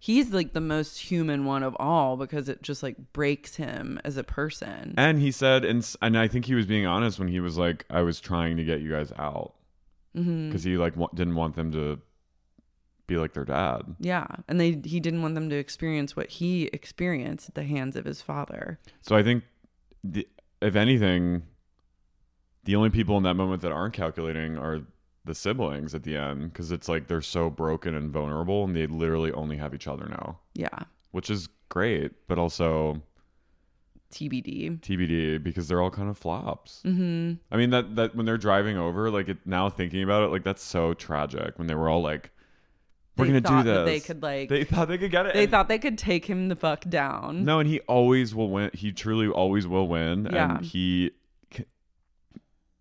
[SPEAKER 5] he's like the most human one of all because it just like breaks him as a person.
[SPEAKER 6] And he said, and s- and I think he was being honest when he was like, "I was trying to get you guys out," because he like wa- didn't want them to be like their dad.
[SPEAKER 5] yeah, and they he didn't want them to experience what he experienced at the hands of his father.
[SPEAKER 6] So I think, the, if anything, the only people in that moment that aren't calculating are the siblings at the end because it's like they're so broken and vulnerable and they literally only have each other now,
[SPEAKER 5] Yeah.
[SPEAKER 6] which is great, but also
[SPEAKER 5] TBD.
[SPEAKER 6] TBD because they're all kind of flops. Mm-hmm. I mean that that when they're driving over, like it, now thinking about it, like that's so tragic when they were all like, "We're
[SPEAKER 5] They
[SPEAKER 6] gonna
[SPEAKER 5] thought
[SPEAKER 6] do this."
[SPEAKER 5] that they could, like-
[SPEAKER 6] they thought they could get it.
[SPEAKER 5] They
[SPEAKER 6] and-
[SPEAKER 5] thought they could take him the fuck down.
[SPEAKER 6] no, and he always will win. He truly always will win,
[SPEAKER 5] Yeah.
[SPEAKER 6] and he c-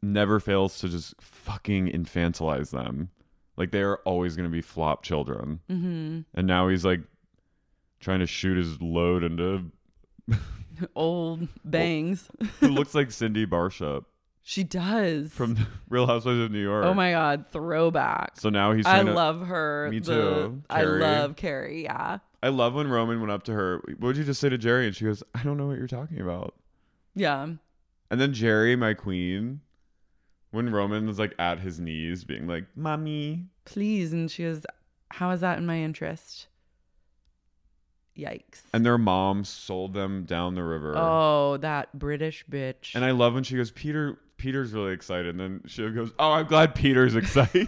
[SPEAKER 6] never fails to just fucking infantilize them. Like they are always gonna be flop children, mm-hmm. and now he's like trying to shoot his load into
[SPEAKER 5] Old bangs.
[SPEAKER 6] who looks like Cindy Barshop
[SPEAKER 5] she does.
[SPEAKER 6] from Real Housewives of New York.
[SPEAKER 5] oh my god, throwback.
[SPEAKER 6] So now he's.
[SPEAKER 5] I
[SPEAKER 6] trying to-
[SPEAKER 5] love her.
[SPEAKER 6] Me
[SPEAKER 5] the-
[SPEAKER 6] too,
[SPEAKER 5] I
[SPEAKER 6] Carrie.
[SPEAKER 5] love Carrie. Yeah.
[SPEAKER 6] I love when Roman went up to her. What would you just say to Jerry? And she goes, "I don't know what you're talking about."
[SPEAKER 5] Yeah.
[SPEAKER 6] And then Jerry, my queen, when Roman was like at his knees, being like, "Mommy."
[SPEAKER 5] Please. And she goes, How is that in my interest? Yikes.
[SPEAKER 6] And their mom sold them down the river.
[SPEAKER 5] Oh, that British bitch.
[SPEAKER 6] And I love when she goes, "Peter." Peter's really excited. And then she goes, "Oh, I'm glad Peter's excited."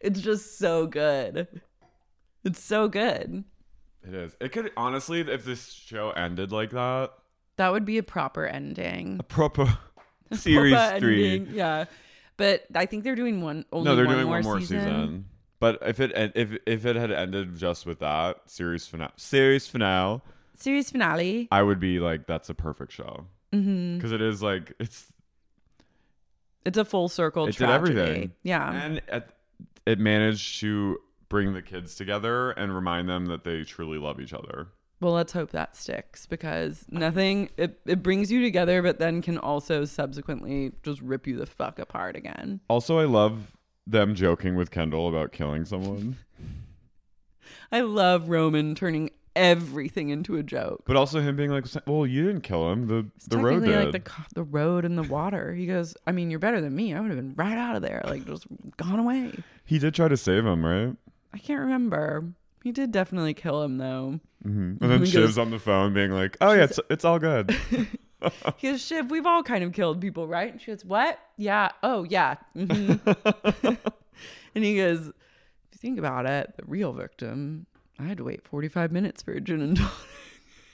[SPEAKER 5] it's just so good. It's so good.
[SPEAKER 6] it is. It could honestly, if this show ended like that,
[SPEAKER 5] That would be a proper ending.
[SPEAKER 6] a proper series
[SPEAKER 5] Proper
[SPEAKER 6] three.
[SPEAKER 5] ending, Yeah. But I think they're doing one only
[SPEAKER 6] no, they're
[SPEAKER 5] one
[SPEAKER 6] doing
[SPEAKER 5] more
[SPEAKER 6] one more season. But if it en- if if it had ended just with that series finale, series finale,
[SPEAKER 5] Series finale.
[SPEAKER 6] I would be like, that's a perfect show because mm-hmm. is like it's
[SPEAKER 5] It's a full circle
[SPEAKER 6] it
[SPEAKER 5] tragedy.
[SPEAKER 6] did everything.
[SPEAKER 5] Yeah.
[SPEAKER 6] and at, it managed to bring the kids together and remind them that they truly love each other.
[SPEAKER 5] Well, let's hope that sticks because nothing it, it brings you together but then can also subsequently just rip you the fuck apart again.
[SPEAKER 6] Also, I love them joking with Kendall about killing someone,
[SPEAKER 5] I love Roman turning everything into a joke.
[SPEAKER 6] but also him being like, "Well, you didn't kill him. The the road
[SPEAKER 5] Technically,
[SPEAKER 6] did."
[SPEAKER 5] like the co- the road and the water. He goes, "I mean, you're better than me. I would have been right out of there, like just gone away."
[SPEAKER 6] he did try to save him, right?
[SPEAKER 5] I can't remember. He did definitely kill him though.
[SPEAKER 6] And then
[SPEAKER 5] He goes-
[SPEAKER 6] Shiv's on the phone being like, "Oh yeah, it's it's all good."
[SPEAKER 5] He goes, "Shiv, we've all kind of killed people, right?" And she goes, "What? Yeah. Oh, yeah." hmm and he goes, "If you think about it, the real victim, I had to wait 45 minutes for a gin and tonic."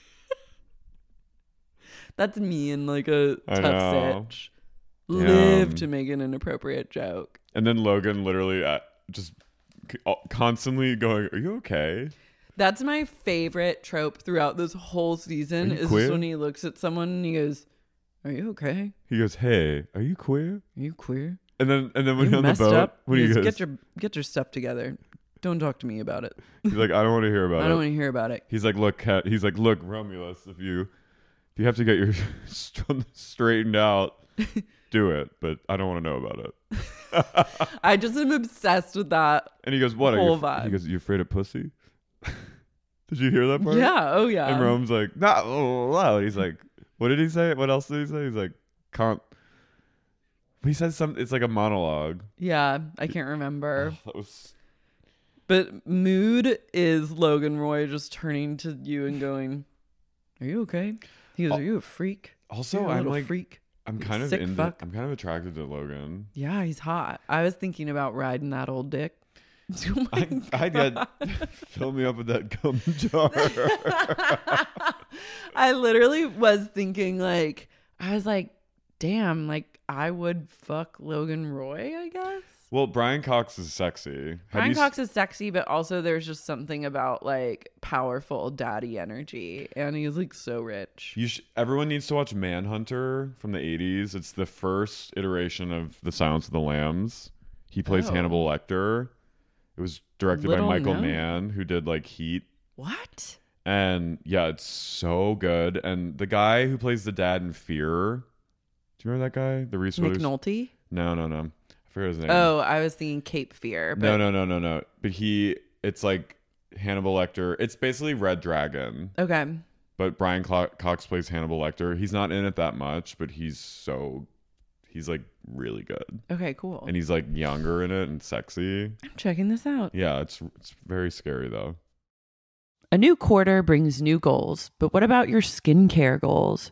[SPEAKER 5] That's me in like a
[SPEAKER 6] I know.
[SPEAKER 5] tough sitch. Live
[SPEAKER 6] Damn.
[SPEAKER 5] to make an inappropriate joke.
[SPEAKER 6] And then Logan literally uh, just c- uh, constantly going, "Are you okay?"
[SPEAKER 5] That's my favorite trope throughout this whole season.
[SPEAKER 6] Are you
[SPEAKER 5] Is
[SPEAKER 6] queer?
[SPEAKER 5] just when he looks at someone and he goes, "Are you okay?
[SPEAKER 6] He goes, "Hey, are you queer?"
[SPEAKER 5] Are you queer?
[SPEAKER 6] And then and then
[SPEAKER 5] Are
[SPEAKER 6] when
[SPEAKER 5] you
[SPEAKER 6] you're on the
[SPEAKER 5] messed
[SPEAKER 6] boat,
[SPEAKER 5] up?
[SPEAKER 6] when
[SPEAKER 5] He
[SPEAKER 6] he
[SPEAKER 5] goes,
[SPEAKER 6] goes,
[SPEAKER 5] get your get your stuff together. Don't talk to me about it.
[SPEAKER 6] he's like, "I don't want to hear
[SPEAKER 5] I
[SPEAKER 6] about
[SPEAKER 5] don't
[SPEAKER 6] it."
[SPEAKER 5] want to hear about it.
[SPEAKER 6] He's like, "Look, Kat, he's like, look, Romulus, if you if you have to get your st- straightened out, do it, but I don't want to know about it."
[SPEAKER 5] I just am obsessed with that.
[SPEAKER 6] And he goes, "What?" Are you,
[SPEAKER 5] Whole
[SPEAKER 6] f-" he
[SPEAKER 5] vibe.
[SPEAKER 6] goes, "You afraid of pussy?" Did you hear that part?
[SPEAKER 5] Yeah. Oh yeah.
[SPEAKER 6] And Rome's like, nah, oh, blah, blah, blah." And he's like, what did he say? What else did he say? He's like, can't. He says something. It's like a monologue.
[SPEAKER 5] Yeah. I can't remember.
[SPEAKER 6] That was
[SPEAKER 5] But mood is Logan Roy just turning to you and going, "Are you okay?" He goes, "Are you a freak?"
[SPEAKER 6] also.
[SPEAKER 5] You're a
[SPEAKER 6] Oh. I'm
[SPEAKER 5] little
[SPEAKER 6] like,
[SPEAKER 5] freak.
[SPEAKER 6] I'm
[SPEAKER 5] You
[SPEAKER 6] kind of
[SPEAKER 5] sick
[SPEAKER 6] into,
[SPEAKER 5] fuck."
[SPEAKER 6] I'm kind of attracted to Logan.
[SPEAKER 5] Yeah, he's hot. I was thinking about riding that old dick. Oh my
[SPEAKER 6] I, I get fill me up with that gum jar.
[SPEAKER 5] I literally was thinking like I was like, damn, like I would fuck Logan Roy, I guess.
[SPEAKER 6] well, Brian Cox is sexy. Have
[SPEAKER 5] Brian
[SPEAKER 6] you s-
[SPEAKER 5] Cox is sexy, but also there's just something about like powerful daddy energy, and he's like so rich.
[SPEAKER 6] You sh- everyone needs to watch Manhunter from the 80s. It's the first iteration of The Silence of the Lambs. He plays
[SPEAKER 5] Oh.
[SPEAKER 6] Hannibal Lecter. It was directed
[SPEAKER 5] Little
[SPEAKER 6] by Michael
[SPEAKER 5] known.
[SPEAKER 6] Mann, who did like Heat.
[SPEAKER 5] What?
[SPEAKER 6] And yeah, it's so good. And the guy who plays the dad in Fear, do you remember that guy? The Reese Witherspoon.
[SPEAKER 5] McNulty?
[SPEAKER 6] No, no, no. I forget his name.
[SPEAKER 5] Oh, I was thinking Cape Fear. But
[SPEAKER 6] no, no, no, no, no. But he, it's like Hannibal Lecter. It's basically Red Dragon.
[SPEAKER 5] Okay.
[SPEAKER 6] But Brian Clo- Cox plays Hannibal Lecter. He's not in it that much, but he's so he's like really good,
[SPEAKER 5] Okay. Cool.
[SPEAKER 6] and he's like younger in it and sexy.
[SPEAKER 5] I'm checking this out.
[SPEAKER 6] Yeah, it's it's very scary though.
[SPEAKER 5] A new quarter brings new goals, but what about your skincare goals?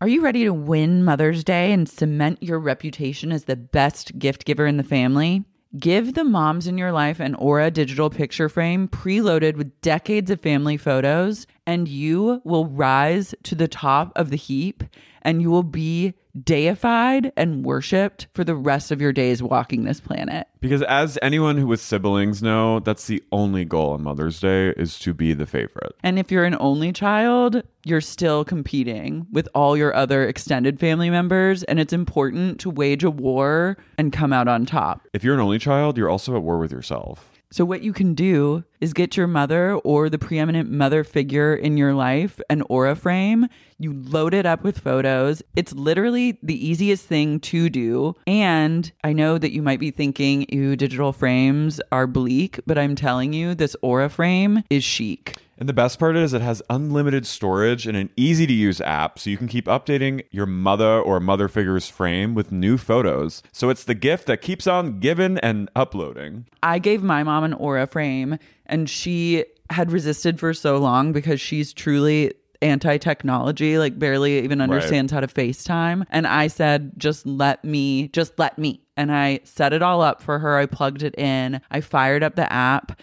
[SPEAKER 5] Are you ready to win Mother's Day and cement your reputation as the best gift giver in the family? Give the moms in your life an Aura digital picture frame preloaded with decades of family photos, and you will rise to the top of the heap and you will be deified and worshiped for the rest of your days walking this planet.
[SPEAKER 6] Because as anyone who with siblings know, that's the only goal on Mother's Day is to be the favorite.
[SPEAKER 5] And if you're an only child, you're still competing with all your other extended family members, and it's important to wage a war and come out on top.
[SPEAKER 6] If you're an only child, you're also at war with yourself.
[SPEAKER 5] So, what you can do is get your mother or the preeminent mother figure in your life an aura frame. You load it up with photos. It's literally the easiest thing to do. And I know that you might be thinking, ew, digital frames are bleak, but I'm telling you, this aura frame is chic.
[SPEAKER 6] And the best part is it has unlimited storage and an easy to use app so you can keep updating your mother or mother figure's frame with new photos. So it's the gift that keeps on giving and uploading.
[SPEAKER 5] I gave my mom an aura frame and she had resisted for so long because she's truly anti technology, like barely even understands how to FaceTime. And I said, just let me, just let me. And I set it all up for her. I plugged it in. I fired up the app.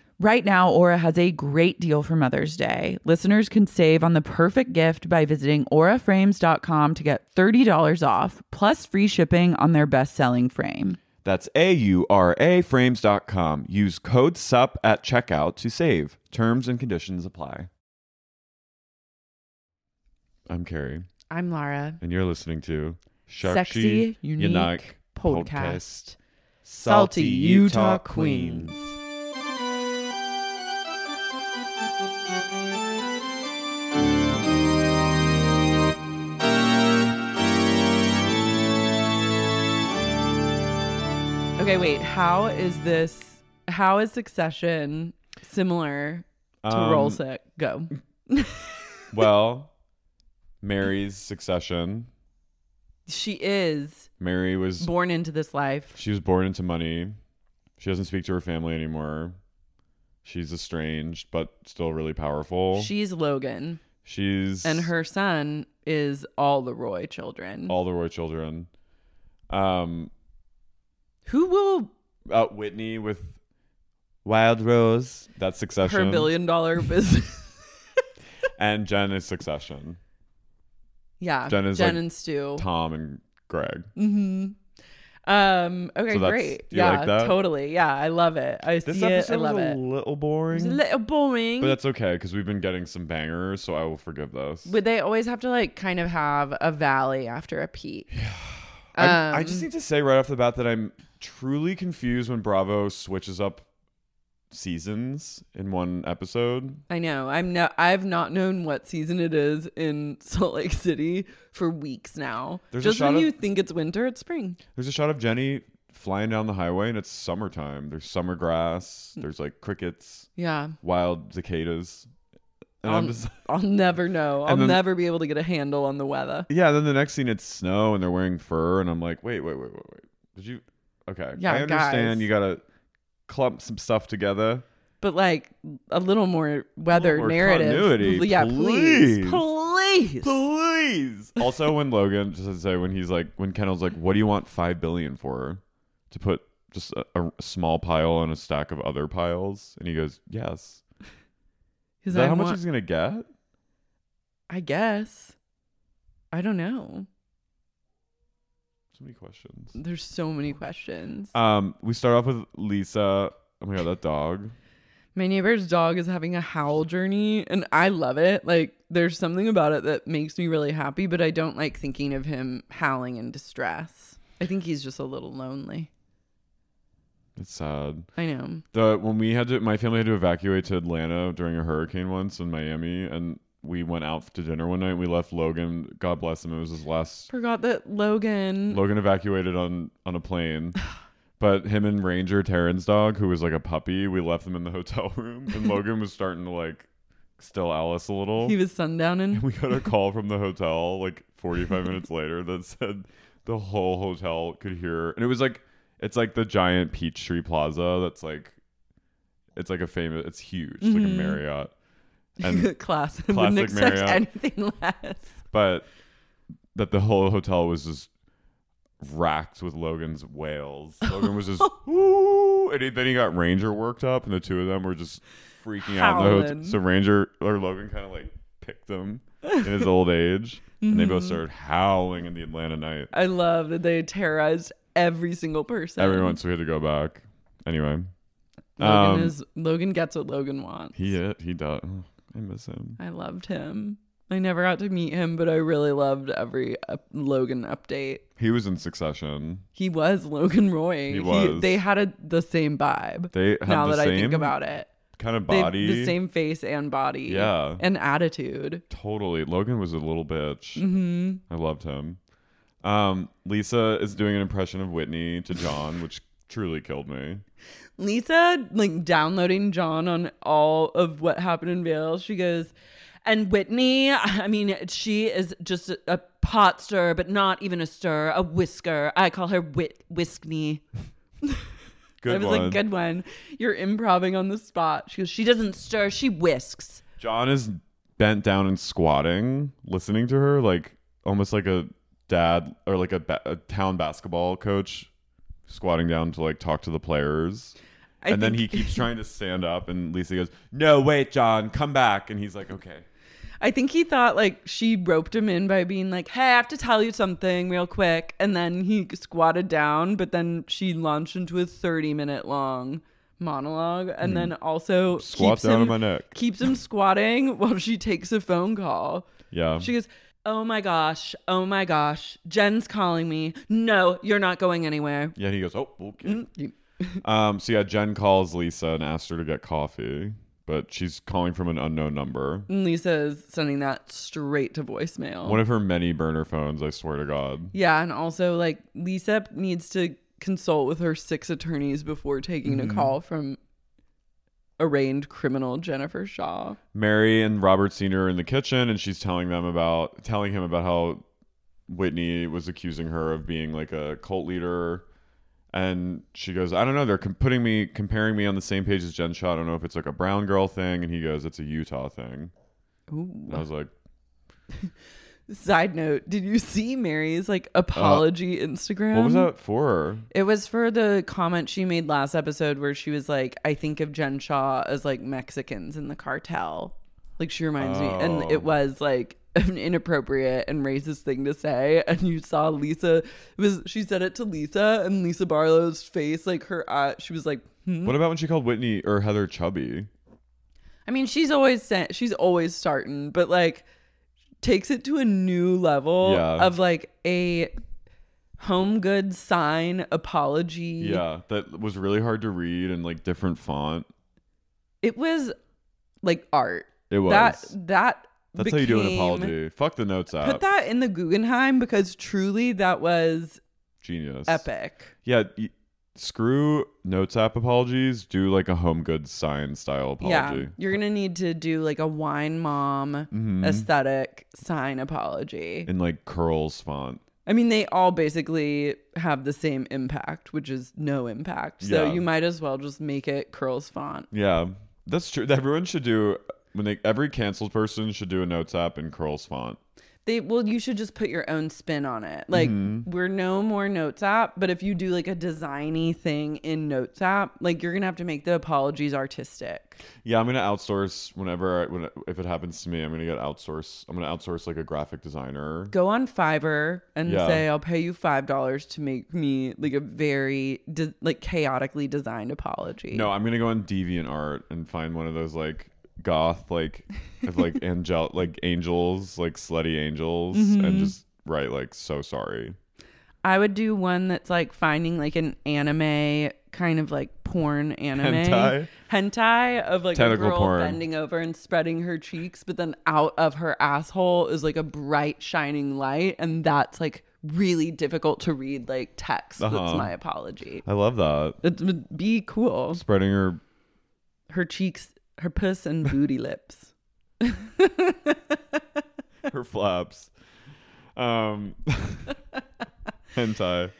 [SPEAKER 5] Right now, Aura has a great deal for Mother's Day. Listeners can save on the perfect gift by visiting auraframes.com to get $30 off, plus free shipping on their best selling frame.
[SPEAKER 6] That's A U R A frames.com. Use code SUP at checkout to save. Terms and conditions apply. I'm Carrie,
[SPEAKER 5] I'm Lara.
[SPEAKER 6] and you're listening to
[SPEAKER 5] Sexy, unique, podcast.
[SPEAKER 6] Salty Utah Queens.
[SPEAKER 5] Okay, wait. How is this? How is Succession similar to
[SPEAKER 6] Um,
[SPEAKER 5] Roll Sick? Go.
[SPEAKER 6] Well, Mary's succession.
[SPEAKER 5] She is
[SPEAKER 6] Mary was
[SPEAKER 5] born into this life.
[SPEAKER 6] she was born into money. She doesn't speak to her family anymore. She's estranged, but still really powerful.
[SPEAKER 5] She's Logan,
[SPEAKER 6] She's
[SPEAKER 5] and her son is all the Roy children.
[SPEAKER 6] all the Roy children. Um,
[SPEAKER 5] Who will
[SPEAKER 6] uh, Whitney with Wild Rose. That's Succession.
[SPEAKER 5] her billion dollar business?
[SPEAKER 6] And Jen is Succession.
[SPEAKER 5] yeah,
[SPEAKER 6] Jen is like
[SPEAKER 5] and Stu.
[SPEAKER 6] Tom and Greg.
[SPEAKER 5] hmm Um. Okay.
[SPEAKER 6] So that's-
[SPEAKER 5] great.
[SPEAKER 6] do you
[SPEAKER 5] Yeah.
[SPEAKER 6] like that?
[SPEAKER 5] Totally. Yeah. I love it. I
[SPEAKER 6] This
[SPEAKER 5] see it.
[SPEAKER 6] episode
[SPEAKER 5] I love
[SPEAKER 6] was a
[SPEAKER 5] it.
[SPEAKER 6] little
[SPEAKER 5] It was
[SPEAKER 6] boring,
[SPEAKER 5] a little boring.
[SPEAKER 6] but that's okay because we've been getting some bangers, so I will forgive those.
[SPEAKER 5] But they always have to like kind of have a valley after a peak.
[SPEAKER 6] I'm- I just
[SPEAKER 5] Um,
[SPEAKER 6] need to say right off the bat that I'm truly confused when Bravo switches up seasons in one episode.
[SPEAKER 5] I know. I'm no. I've not known what season it is in Salt Lake City for weeks now.
[SPEAKER 6] There's a
[SPEAKER 5] Just
[SPEAKER 6] shot
[SPEAKER 5] when
[SPEAKER 6] of-
[SPEAKER 5] you think it's winter, it's spring.
[SPEAKER 6] There's a shot of Jenny flying down the highway, and it's summertime. There's summer grass.
[SPEAKER 5] Mm.
[SPEAKER 6] There's like crickets,
[SPEAKER 5] Yeah.
[SPEAKER 6] wild cicadas, and
[SPEAKER 5] I'll,
[SPEAKER 6] I'm just
[SPEAKER 5] I'll never know. I'll
[SPEAKER 6] And then-
[SPEAKER 5] never be able to get a handle on the weather.
[SPEAKER 6] Yeah, then the next scene it's snow and they're wearing fur, and I'm like, wait, wait, wait, wait, wait. Did you? Okay,
[SPEAKER 5] Yeah,
[SPEAKER 6] I understand.
[SPEAKER 5] guys.
[SPEAKER 6] You gotta clump some stuff together.
[SPEAKER 5] But like a little more weather
[SPEAKER 6] more
[SPEAKER 5] narrative.
[SPEAKER 6] continuity,
[SPEAKER 5] yeah, please. Please.
[SPEAKER 6] please. Please. also, when Logan just to say when he's like when Kendall's like, what do you want five billion for? To put just a, a small pile on a stack of other piles, and he goes, yes.
[SPEAKER 5] 'Cause
[SPEAKER 6] Is that
[SPEAKER 5] I
[SPEAKER 6] how much
[SPEAKER 5] want-
[SPEAKER 6] he's gonna get?
[SPEAKER 5] I guess. I don't know.
[SPEAKER 6] So many questions.
[SPEAKER 5] There's so many questions.
[SPEAKER 6] Um, we start off with Lisa. Oh my god, that dog.
[SPEAKER 5] My neighbor's dog is having a howl journey and I love it. Like there's something about it that makes me really happy, but I don't like thinking of him howling in distress. I think he's just a little lonely.
[SPEAKER 6] It's sad.
[SPEAKER 5] I know.
[SPEAKER 6] The when we had to, my family had to evacuate to Atlanta during a hurricane once in Miami, and we went out to dinner one night. and We left Logan. God bless him. It was his last.
[SPEAKER 5] Forgot that Logan
[SPEAKER 6] Logan evacuated on on a plane, but him and Ranger Terran's dog, who was like a puppy, we left them in the hotel room, and Logan was starting to like still Alice a little.
[SPEAKER 5] he was sundowning.
[SPEAKER 6] and we got a call from the hotel like 45 minutes later that said the whole hotel could hear and it was like it's like the giant peachtree plaza that's like it's like a famous it's huge it's like a
[SPEAKER 5] Mhm.
[SPEAKER 6] marriott and
[SPEAKER 5] Class.
[SPEAKER 6] Classic
[SPEAKER 5] Wouldn't expect
[SPEAKER 6] Marriott.
[SPEAKER 5] anything less.
[SPEAKER 6] but that the whole hotel was just racked with logan's wails logan was just Ooh, and he- then he got ranger worked up and the two of them were just freaking out in the hotel.
[SPEAKER 5] Howling.
[SPEAKER 6] so ranger or logan kind of like picked them in his old age and they
[SPEAKER 5] Mm-hmm.
[SPEAKER 6] both started howling in the atlanta night
[SPEAKER 5] I love that they terrorized every single person.
[SPEAKER 6] Everyone, so we had to go back. Anyway,
[SPEAKER 5] Logan
[SPEAKER 6] Um,
[SPEAKER 5] is Logan gets what Logan wants.
[SPEAKER 6] he he died. Oh, I miss him.
[SPEAKER 5] I loved him. I never got to meet him, but I really loved every up- Logan update.
[SPEAKER 6] He was in Succession.
[SPEAKER 5] He was Logan Roy.
[SPEAKER 6] He was.
[SPEAKER 5] they had a, the same vibe.
[SPEAKER 6] They had
[SPEAKER 5] now
[SPEAKER 6] the
[SPEAKER 5] that I think
[SPEAKER 6] same
[SPEAKER 5] about it,
[SPEAKER 6] Kind of
[SPEAKER 5] They-
[SPEAKER 6] body.
[SPEAKER 5] the same face and body,
[SPEAKER 6] Yeah.
[SPEAKER 5] and attitude.
[SPEAKER 6] Totally. Logan was a little bitch.
[SPEAKER 5] hmm
[SPEAKER 6] I loved him. Um, Lisa is doing an impression of Whitney to John, which truly killed me.
[SPEAKER 5] Lisa like downloading John on all of what happened in Vale. She goes, And Whitney, I mean, she is just a, a pot stir, but not even a stir, a whisker. I call her Whit Whiskney. I
[SPEAKER 6] Good
[SPEAKER 5] was
[SPEAKER 6] one.
[SPEAKER 5] like, good one. You're improving on the spot. She goes, she doesn't stir, she whisks.
[SPEAKER 6] John is bent down and squatting, listening to her, like almost like a dad or like a, ba- a town basketball coach squatting down to like talk to the players.
[SPEAKER 5] I
[SPEAKER 6] and then he
[SPEAKER 5] think-
[SPEAKER 6] keeps trying to stand up, and Lisa goes, No, wait, John, come back. And he's like, Okay.
[SPEAKER 5] I think he thought like she roped him in by being like, "Hey, I have to tell you something real quick," and then he squatted down. But then she launched into a thirty-minute long monologue, and then also
[SPEAKER 6] Squat
[SPEAKER 5] keeps
[SPEAKER 6] Hmm. down on
[SPEAKER 5] him-
[SPEAKER 6] my neck.
[SPEAKER 5] keeps him squatting while she takes a phone call.
[SPEAKER 6] Yeah.
[SPEAKER 5] She goes, "Oh my gosh, oh my gosh, Jen's calling me. No, you're not going anywhere."
[SPEAKER 6] yeah, and he goes, Oh, okay.
[SPEAKER 5] You-
[SPEAKER 6] Um, so yeah, Jen calls Lisa and asks her to get coffee, but she's calling from an unknown number.
[SPEAKER 5] And Lisa is sending that straight to voicemail.
[SPEAKER 6] One of her many burner phones, I swear to God.
[SPEAKER 5] Yeah, and also like Lisa needs to consult with her six attorneys before taking
[SPEAKER 6] Mm-hmm.
[SPEAKER 5] a call from arraigned criminal Jennifer Shaw.
[SPEAKER 6] Mary and Robert Sr. are in the kitchen and she's telling them about telling him about how Whitney was accusing her of being like a cult leader and she goes, "I don't know, they're com- putting me comparing me on the same page as Jen Shaw. I don't know if it's like a brown girl thing." And he goes, "It's a Utah thing." And I was like,
[SPEAKER 5] Side note, did you see Mary's like apology Instagram?
[SPEAKER 6] Uh, "What was that for?"
[SPEAKER 5] It was for the comment she made last episode where she was like, I think of Jen Shaw as like Mexicans in the cartel. Like she reminds me.
[SPEAKER 6] Oh.
[SPEAKER 5] And it was like an inappropriate and racist thing to say. And you saw Lisa it was she said it to Lisa and Lisa Barlow's face, like her eye she was like, hmm.
[SPEAKER 6] What about when she called Whitney or Heather chubby?
[SPEAKER 5] I mean, she's always sent she's always starting, but like takes it to a new level
[SPEAKER 6] Yeah.
[SPEAKER 5] of like a home goods sign apology.
[SPEAKER 6] Yeah, that was really hard to read and like different font.
[SPEAKER 5] it was like art.
[SPEAKER 6] It was.
[SPEAKER 5] That that
[SPEAKER 6] That's how you do an
[SPEAKER 5] became-
[SPEAKER 6] apology. Fuck the notes app.
[SPEAKER 5] Put that in the Guggenheim because truly that was
[SPEAKER 6] Genius.
[SPEAKER 5] epic.
[SPEAKER 6] Yeah, y- screw notes app apologies. Do like a home goods sign style apology.
[SPEAKER 5] Yeah, you're gonna need to do like a wine mom
[SPEAKER 6] Mhm.
[SPEAKER 5] aesthetic sign apology.
[SPEAKER 6] In like curls font.
[SPEAKER 5] I mean, they all basically have the same impact, which is no impact. So
[SPEAKER 6] Yeah.
[SPEAKER 5] you might as well just make it curls font.
[SPEAKER 6] Yeah, that's true. Everyone should do when they every canceled person should do a notes app in curls font.
[SPEAKER 5] They well, you should just put your own spin on it. Like we're no more Notes app, but if you do like a designy thing in Notes app, like you're gonna have to make the apologies artistic.
[SPEAKER 6] Yeah, I'm gonna outsource whenever I, when if it happens to me. I'm gonna get outsource. I'm gonna outsource like a graphic designer.
[SPEAKER 5] Go on Fiverr and
[SPEAKER 6] Yeah.
[SPEAKER 5] say I'll pay you five dollars to make me like a very de- like chaotically designed apology.
[SPEAKER 6] No, I'm gonna go on DeviantArt and find one of those like goth like of like angel like angels like slutty angels
[SPEAKER 5] Mm-hmm.
[SPEAKER 6] and just write like so sorry.
[SPEAKER 5] I would do one that's like finding like an anime kind of like porn anime
[SPEAKER 6] Hentai?
[SPEAKER 5] Hentai of like
[SPEAKER 6] Tentacle
[SPEAKER 5] a girl
[SPEAKER 6] porn.
[SPEAKER 5] bending over and spreading her cheeks, but then out of her asshole is like a bright shining light, and that's like really difficult to read like text. That's
[SPEAKER 6] Uh-huh.
[SPEAKER 5] my apology.
[SPEAKER 6] I love that.
[SPEAKER 5] It would be cool.
[SPEAKER 6] Spreading her
[SPEAKER 5] Her cheeks, her puss, and booty lips.
[SPEAKER 6] her flaps. Um hentai.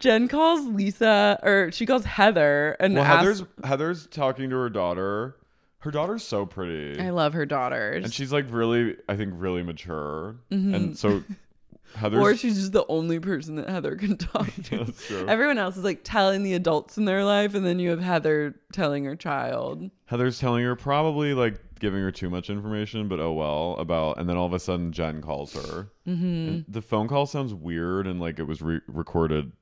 [SPEAKER 5] Jen calls Lisa, or she calls Heather, and
[SPEAKER 6] Well,
[SPEAKER 5] asks,
[SPEAKER 6] Heather's Heather's talking to her daughter. Her daughter's so pretty.
[SPEAKER 5] "I love her daughters."
[SPEAKER 6] and she's like really I think really mature. And so Heather's
[SPEAKER 5] or she's just the only person that Heather can talk to.
[SPEAKER 6] that's true.
[SPEAKER 5] Everyone else is like telling the adults in their life, and then you have Heather telling her child.
[SPEAKER 6] Heather's telling her probably like giving her too much information, but oh well. About and then all of a sudden Jen calls her. Mm-hmm. The phone call sounds weird and like it was re- recorded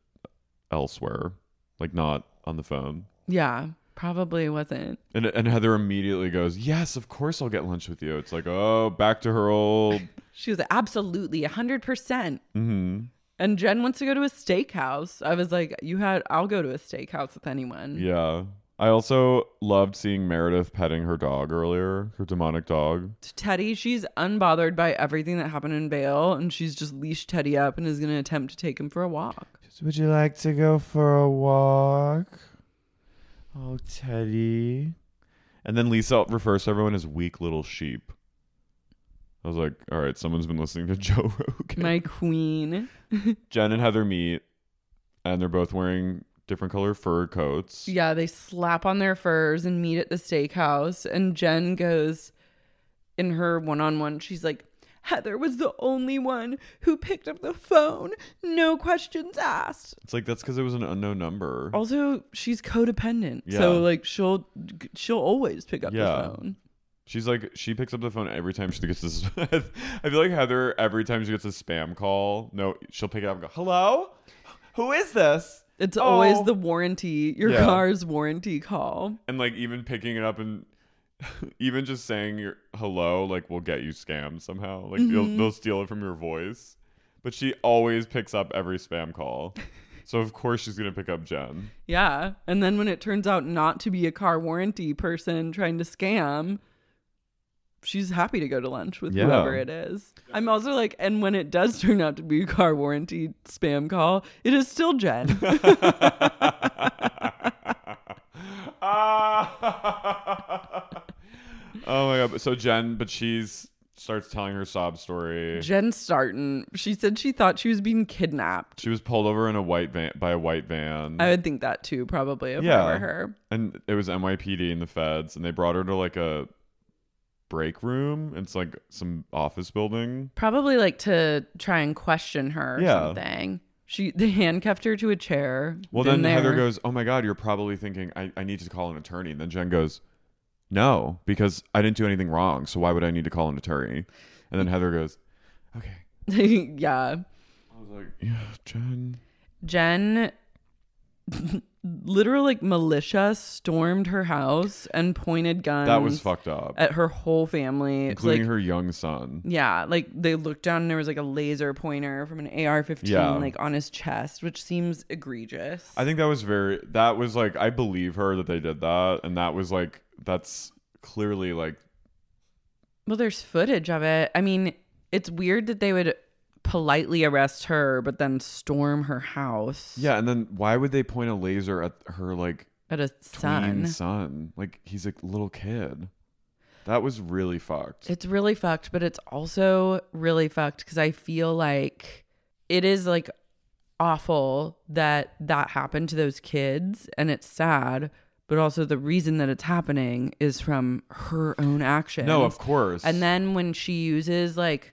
[SPEAKER 6] elsewhere, like not on the phone.
[SPEAKER 5] Yeah, probably wasn't.
[SPEAKER 6] And and Heather immediately goes, "Yes, of course I'll get lunch with you." It's like oh, back to her old.
[SPEAKER 5] She was like, absolutely 100%.
[SPEAKER 6] hmm
[SPEAKER 5] And Jen wants to go to a steakhouse. I was like, you had, I'll go to a steakhouse with anyone.
[SPEAKER 6] Yeah. I also loved seeing Meredith petting her dog earlier, her demonic dog.
[SPEAKER 5] To Teddy, she's unbothered by everything that happened in Vale, and she's just leashed Teddy up and is going to attempt to take him for a walk.
[SPEAKER 6] Would you like to go for a walk? Oh, Teddy. And then Lisa refers to everyone as weak little sheep. I was like, all right, someone's been listening to Joe Rogan.
[SPEAKER 5] My queen.
[SPEAKER 6] Jen and Heather meet, and they're both wearing different color fur coats.
[SPEAKER 5] Yeah, they slap on their furs and meet at the steakhouse. And Jen goes in her one on one, she's like, Heather was the only one who picked up the phone. No questions asked.
[SPEAKER 6] It's like that's because it was an unknown number.
[SPEAKER 5] Also, she's codependent.
[SPEAKER 6] Yeah.
[SPEAKER 5] So like she'll she'll always pick up
[SPEAKER 6] Yeah.
[SPEAKER 5] the phone.
[SPEAKER 6] She's like, she picks up the phone every time she gets this. I feel like Heather, every time she gets a spam call, no, she'll pick it up and go, hello? Who is this?
[SPEAKER 5] It's
[SPEAKER 6] Oh."
[SPEAKER 5] always the warranty, your
[SPEAKER 6] Yeah.
[SPEAKER 5] car's warranty call.
[SPEAKER 6] And like, even picking it up and even just saying your hello, like, will get you scammed somehow. Like, you'll, they'll steal it from your voice. But she always picks up every spam call. so, of course, she's going to pick up Jen.
[SPEAKER 5] Yeah. And then when it turns out not to be a car warranty person trying to scam, she's happy to go to lunch with
[SPEAKER 6] Yeah.
[SPEAKER 5] whoever it is. I'm also like, and when it does turn out to be a car warranty spam call, it is still Jen.
[SPEAKER 6] Ah. oh my god! So Jen, but she's starts telling her sob story.
[SPEAKER 5] Jen Starton. She said she thought she was being kidnapped.
[SPEAKER 6] She was pulled over in a white van by a white van,
[SPEAKER 5] I would think that too, probably, if
[SPEAKER 6] Yeah.
[SPEAKER 5] I were her.
[SPEAKER 6] and it was NYPD and the feds, and they brought her to like a break room. It's like some office building.
[SPEAKER 5] Probably like to try and question her or
[SPEAKER 6] Yeah.
[SPEAKER 5] something. She they handcuffed her to a chair.
[SPEAKER 6] Well,
[SPEAKER 5] Been
[SPEAKER 6] then Heather
[SPEAKER 5] there.
[SPEAKER 6] goes, "Oh my god, you're probably thinking I, I need to call an attorney." And then Jen goes, "No, because I didn't do anything wrong. So why would I need to call an attorney?" And then Heather goes, "Okay."
[SPEAKER 5] yeah.
[SPEAKER 6] I was like, "Yeah, Jen."
[SPEAKER 5] Jen literal like militia stormed her house and pointed guns
[SPEAKER 6] That was fucked up,
[SPEAKER 5] at her whole family. Uh, It's
[SPEAKER 6] including
[SPEAKER 5] like,
[SPEAKER 6] her young son.
[SPEAKER 5] Yeah, like they looked down and there was like a laser pointer from an AR fifteen
[SPEAKER 6] Yeah.
[SPEAKER 5] like on his chest, which seems egregious.
[SPEAKER 6] I think that was very. That was like I believe her that they did that, and that was like that's clearly like
[SPEAKER 5] well, there's footage of it. I mean, it's weird that they would politely arrest her but then storm her house
[SPEAKER 6] yeah. And then why would they point a laser at her like
[SPEAKER 5] at a sun.
[SPEAKER 6] tween son? Like he's a little kid. That was really fucked.
[SPEAKER 5] It's really fucked, but it's also really fucked because I feel like it is like awful that that happened to those kids and it's sad, but also the reason that it's happening is from her own actions.
[SPEAKER 6] no, of course.
[SPEAKER 5] And then when she uses like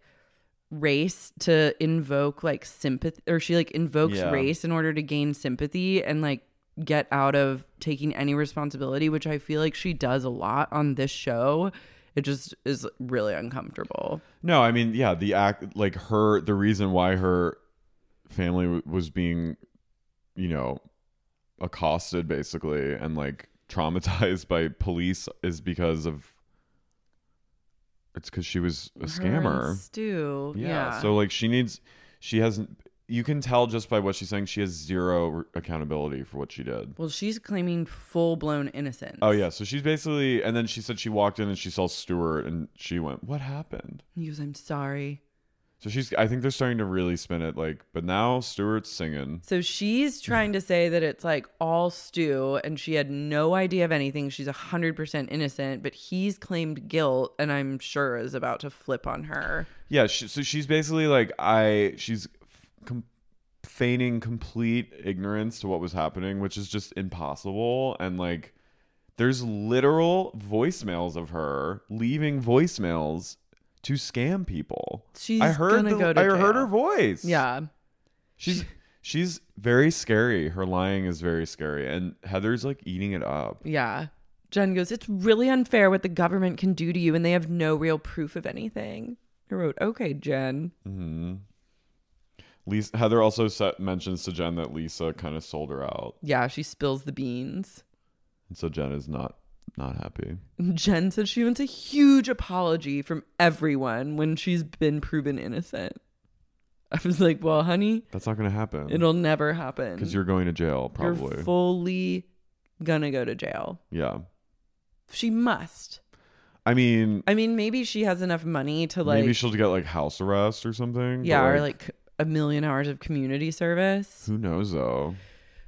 [SPEAKER 5] race to invoke like sympathy or she like invokes
[SPEAKER 6] Yeah.
[SPEAKER 5] race in order to gain sympathy and like get out of taking any responsibility, which I feel like she does a lot on this show. It just is really uncomfortable.
[SPEAKER 6] No, I mean, yeah, the act, like her, the reason why her family w- was being, you know, accosted basically and like traumatized by police is because of it's because she was a
[SPEAKER 5] Her and
[SPEAKER 6] scammer.
[SPEAKER 5] Stu.
[SPEAKER 6] Yeah.
[SPEAKER 5] Yeah.
[SPEAKER 6] So, like, she needs, she hasn't, you can tell just by what she's saying, she has zero re- accountability for what she did.
[SPEAKER 5] well, she's claiming full blown innocence.
[SPEAKER 6] Oh, yeah. So she's basically, and then she said she walked in and she saw Stuart and she went, What happened?
[SPEAKER 5] He goes, I'm sorry.
[SPEAKER 6] So she's. I think they're starting to really spin it. Like, but now Stewart's singing.
[SPEAKER 5] So she's trying to say that it's like all stew and she had no idea of anything. She's 100% innocent, but he's claimed guilt and I'm sure is about to flip on her.
[SPEAKER 6] Yeah. She, so she's basically like, I. She's com- feigning complete ignorance to what was happening, which is just impossible. And like, there's literal voicemails of her leaving voicemails to scam people.
[SPEAKER 5] She's
[SPEAKER 6] I heard.
[SPEAKER 5] gonna
[SPEAKER 6] the-
[SPEAKER 5] go to
[SPEAKER 6] I heard
[SPEAKER 5] jail.
[SPEAKER 6] her voice.
[SPEAKER 5] Yeah.
[SPEAKER 6] She's. She's very scary. Her lying is very scary, and Heather's like eating it up.
[SPEAKER 5] Yeah. Jen goes, It's really unfair what the government can do to you and they have no real proof of anything. I wrote, Okay, Jen.
[SPEAKER 6] hmm Lisa, Heather also set, mentions to Jen that Lisa kind of sold her out,
[SPEAKER 5] Yeah, she spills the beans.
[SPEAKER 6] and so Jen is not not happy.
[SPEAKER 5] Jen says she wants a huge apology from everyone when she's been proven innocent. I was like, Well, honey,
[SPEAKER 6] That's not going to happen.
[SPEAKER 5] It'll never happen.
[SPEAKER 6] because you're going to jail
[SPEAKER 5] You're
[SPEAKER 6] probably.
[SPEAKER 5] fully gonna go to jail.
[SPEAKER 6] yeah,
[SPEAKER 5] She must.
[SPEAKER 6] I mean,
[SPEAKER 5] I mean, maybe she has enough money to like,
[SPEAKER 6] maybe she'll get like house arrest or something.
[SPEAKER 5] yeah,
[SPEAKER 6] but,
[SPEAKER 5] or like a million hours of community service.
[SPEAKER 6] who knows though.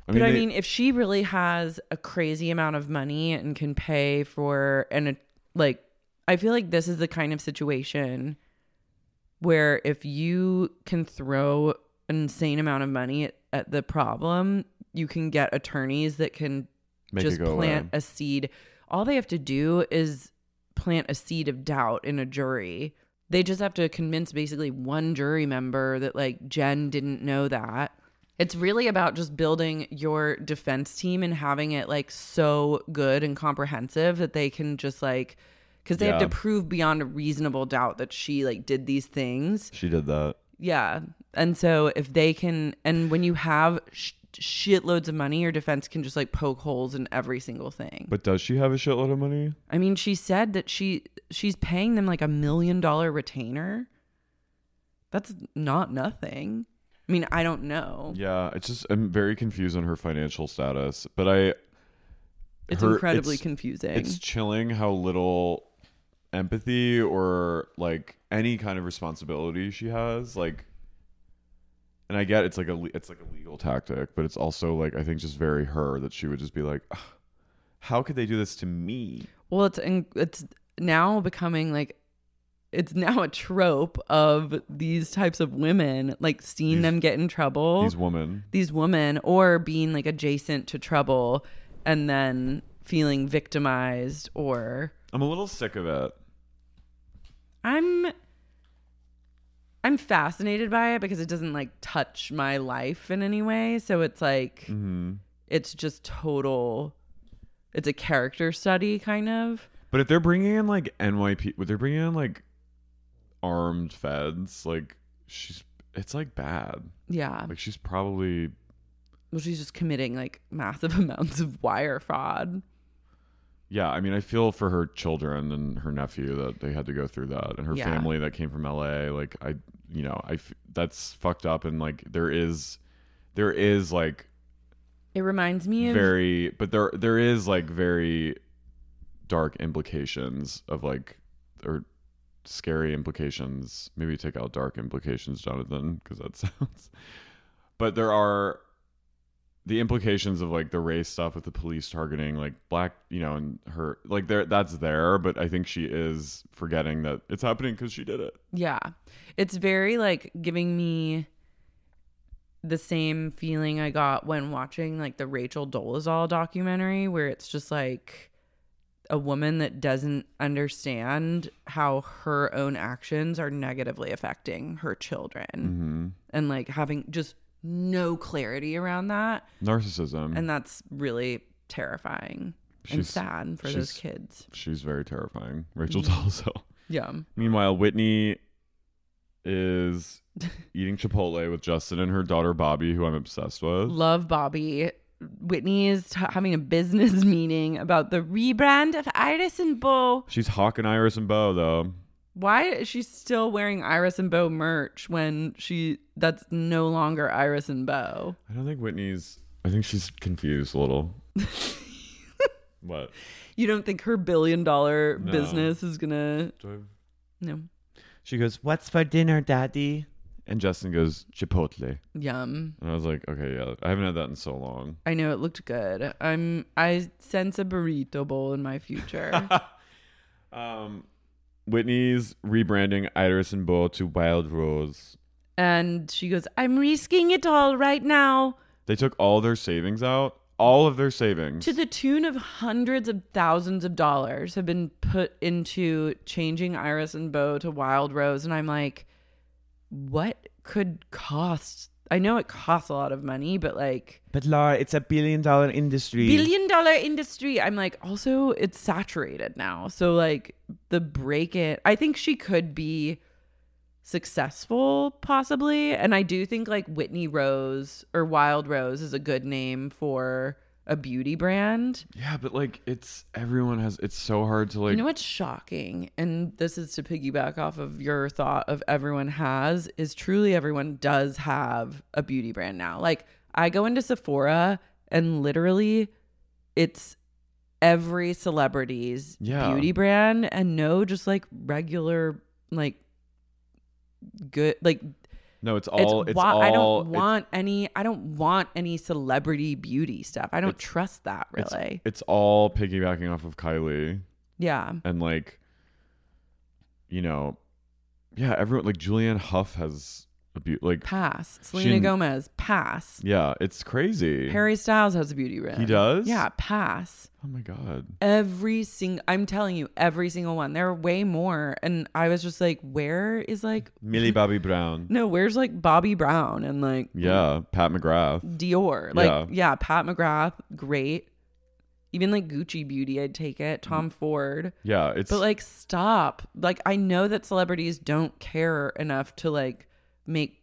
[SPEAKER 6] I
[SPEAKER 5] but I
[SPEAKER 6] they-
[SPEAKER 5] mean, if she really has a crazy amount of money and can pay for and like, I feel like this is the kind of situation where if you can throw an insane amount of money at, at the problem, you can get attorneys that can
[SPEAKER 6] Make
[SPEAKER 5] just
[SPEAKER 6] it go
[SPEAKER 5] plant
[SPEAKER 6] away.
[SPEAKER 5] a seed. All they have to do is plant a seed of doubt in a jury. They just have to convince basically one jury member that like Jen didn't know that. It's really about just building your defense team and having it like so good and comprehensive that they can just like cuz they have
[SPEAKER 6] Yeah.
[SPEAKER 5] to prove beyond a reasonable doubt that she like did these things.
[SPEAKER 6] She did that.
[SPEAKER 5] Yeah. And so if they can, and when you have sh- shitloads of money, your defense can just like poke holes in every single thing.
[SPEAKER 6] But does she have a shitload of money?
[SPEAKER 5] I mean, she said that she she's paying them like a million dollar retainer. That's not nothing. I mean, I don't know.
[SPEAKER 6] Yeah, it's just I'm very confused on her financial status, but I
[SPEAKER 5] It's
[SPEAKER 6] her-
[SPEAKER 5] incredibly
[SPEAKER 6] it's-
[SPEAKER 5] confusing.
[SPEAKER 6] It's chilling how little empathy or like any kind of responsibility she has. Like, and I get it's like a le- it's like a legal tactic, but it's also like I think just very her that she would just be like, "Ugh, how could they do this to me?
[SPEAKER 5] Well, it's in, it's now becoming like it's now a trope of these types of women, like seeing
[SPEAKER 6] These-
[SPEAKER 5] them get in trouble.
[SPEAKER 6] These women.
[SPEAKER 5] these women or being like adjacent to trouble and then feeling victimized or
[SPEAKER 6] I'm a little sick of it.
[SPEAKER 5] i'm i'm fascinated by it because it doesn't like touch my life in any way so it's like it's just total it's a character study kind of
[SPEAKER 6] But if they're bringing in like NYP, but they're bringing in like armed feds, like she's it's like bad.
[SPEAKER 5] yeah
[SPEAKER 6] Like she's probably
[SPEAKER 5] well she's just committing like massive amounts of wire fraud
[SPEAKER 6] Yeah, I mean, I feel for her children and her nephew that they had to go through that, and her
[SPEAKER 5] Yeah.
[SPEAKER 6] family that came from LA. Like, I, you know, I f- that's fucked up, and like there is, there is like
[SPEAKER 5] it reminds me of
[SPEAKER 6] very, but there there is like very dark implications of like or scary implications. Maybe take out dark implications, Jonathan, because that sounds. But there are the implications of like the race stuff with the police targeting like black, you know, and her like there that's there, but I think she is forgetting that it's happening because she did it.
[SPEAKER 5] Yeah. It's very like giving me the same feeling I got when watching like the Rachel Dolezal documentary where it's just like a woman that doesn't understand how her own actions are negatively affecting her children
[SPEAKER 6] Mm. Mm-hmm.
[SPEAKER 5] and like having just no clarity around that
[SPEAKER 6] Narcissism.
[SPEAKER 5] and that's really terrifying and
[SPEAKER 6] Mm. She's-
[SPEAKER 5] sad Mm-hmm. for those
[SPEAKER 6] she's-
[SPEAKER 5] kids.
[SPEAKER 6] she's very terrifying. Rachel Dolezal.
[SPEAKER 5] Yeah.
[SPEAKER 6] Meanwhile, Whitney is eating Chipotle with Justin and her daughter Bobby, who I'm obsessed with.
[SPEAKER 5] love Bobby. Whitney is t- having a business meeting about the rebrand of Iris and Bo.
[SPEAKER 6] She's hawking Iris and Bo, though.
[SPEAKER 5] Why is she still wearing Iris and Bo merch when she that's no longer Iris and Bo?
[SPEAKER 6] I don't think Whitney's. I think she's confused a little. what?
[SPEAKER 5] You don't think her billion dollar
[SPEAKER 6] No.
[SPEAKER 5] business is gonna no
[SPEAKER 6] She goes, "What's for dinner, Daddy?" And Justin goes, "Chipotle."
[SPEAKER 5] yum?
[SPEAKER 6] And I was like, "Okay, yeah, I haven't had that in so long."
[SPEAKER 5] I know it looked good. I'm I sense a burrito bowl in my future.
[SPEAKER 6] Um, Whitney's rebranding Iris and Bo to Wild Rose.
[SPEAKER 5] and she goes, "I'm risking it all right now."
[SPEAKER 6] They took all their savings out, all of their savings.
[SPEAKER 5] to the tune of hundreds of thousands of dollars have been put into changing Iris and Bo to Wild Rose. And I'm like, what could cost? I know it costs a lot of money, but like
[SPEAKER 7] But Laura, it's a billion dollar industry.
[SPEAKER 5] billion dollar industry. I'm like, also it's saturated now. So like the break it, I think she could be successful possibly. And I do think like Whitney Rose or Wild Rose is a good name for a beauty brand.
[SPEAKER 6] Yeah, but like it's everyone has it's so hard to like
[SPEAKER 5] you know what's shocking, and this is to piggyback off of your thought of everyone has, is truly everyone does have a beauty brand now. Like I go into Sephora and literally it's every celebrity's
[SPEAKER 6] Yeah.
[SPEAKER 5] beauty brand and no just like regular like good like
[SPEAKER 6] No, it's all it's,
[SPEAKER 5] wa-
[SPEAKER 6] all
[SPEAKER 5] I don't
[SPEAKER 6] it's-
[SPEAKER 5] want any I don't want any celebrity beauty stuff. I don't
[SPEAKER 6] It's-
[SPEAKER 5] trust that
[SPEAKER 6] it's-
[SPEAKER 5] really.
[SPEAKER 6] It's, all piggybacking off of Kylie
[SPEAKER 5] yeah.
[SPEAKER 6] and like you know yeah, everyone like Julianne Huff has a beauty like
[SPEAKER 5] Pass. Selena
[SPEAKER 6] Shin-
[SPEAKER 5] Gomez. Pass.
[SPEAKER 6] yeah, it's crazy.
[SPEAKER 5] Harry Styles has a beauty ring.
[SPEAKER 6] He does?
[SPEAKER 5] Yeah. Pass.
[SPEAKER 6] oh my god.
[SPEAKER 5] Every single. I'm telling you, every single one. There are way more, and I was just like, where is like.
[SPEAKER 6] Millie Bobby Brown.
[SPEAKER 5] No, where's like Bobby Brown and like
[SPEAKER 6] Yeah, Pat McGrath.
[SPEAKER 5] Dior. Like,
[SPEAKER 6] Yeah.
[SPEAKER 5] yeah. Pat McGrath, great. Even like Gucci Beauty, I'd take it.
[SPEAKER 6] Mm-hmm.
[SPEAKER 5] Tom Ford.
[SPEAKER 6] Yeah, it's
[SPEAKER 5] But like, stop. Like, I know that celebrities don't care enough to like make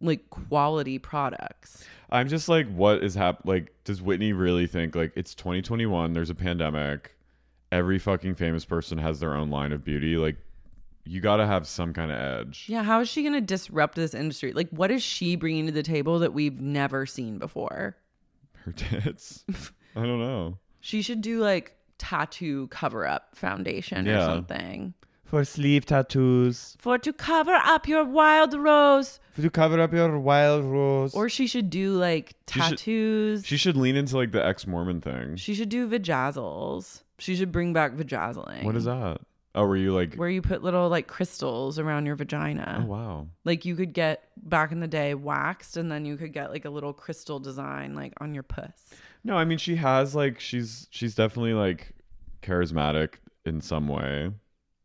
[SPEAKER 5] like quality products.
[SPEAKER 6] I'm just like, what is hap Like, does Whitney really think like it's 2021? There's a pandemic. Every fucking famous person has their own line of beauty. Like, you got to have some kind of edge.
[SPEAKER 5] Yeah, how is she going to disrupt this industry? Like, what is she bringing to the table that we've never seen before?
[SPEAKER 6] Her tits. I don't know.
[SPEAKER 5] She should do like tattoo cover up foundation
[SPEAKER 6] Yeah.
[SPEAKER 5] or something.
[SPEAKER 7] For sleeve tattoos.
[SPEAKER 5] For to cover up your wild rose.
[SPEAKER 7] To cover up your wild rose.
[SPEAKER 5] Or she should do like
[SPEAKER 6] She should-
[SPEAKER 5] tattoos.
[SPEAKER 6] She should lean into like the ex Mormon thing.
[SPEAKER 5] She should do vajazzles. She should bring back vajazzling.
[SPEAKER 6] What is that? Oh, were you like,
[SPEAKER 5] Where you put little like crystals around your vagina.
[SPEAKER 6] oh, wow.
[SPEAKER 5] Like you could get back in the day waxed and then you could get like a little crystal design like on your puss.
[SPEAKER 6] No, I mean, she has like, she's, she's definitely like charismatic in some way.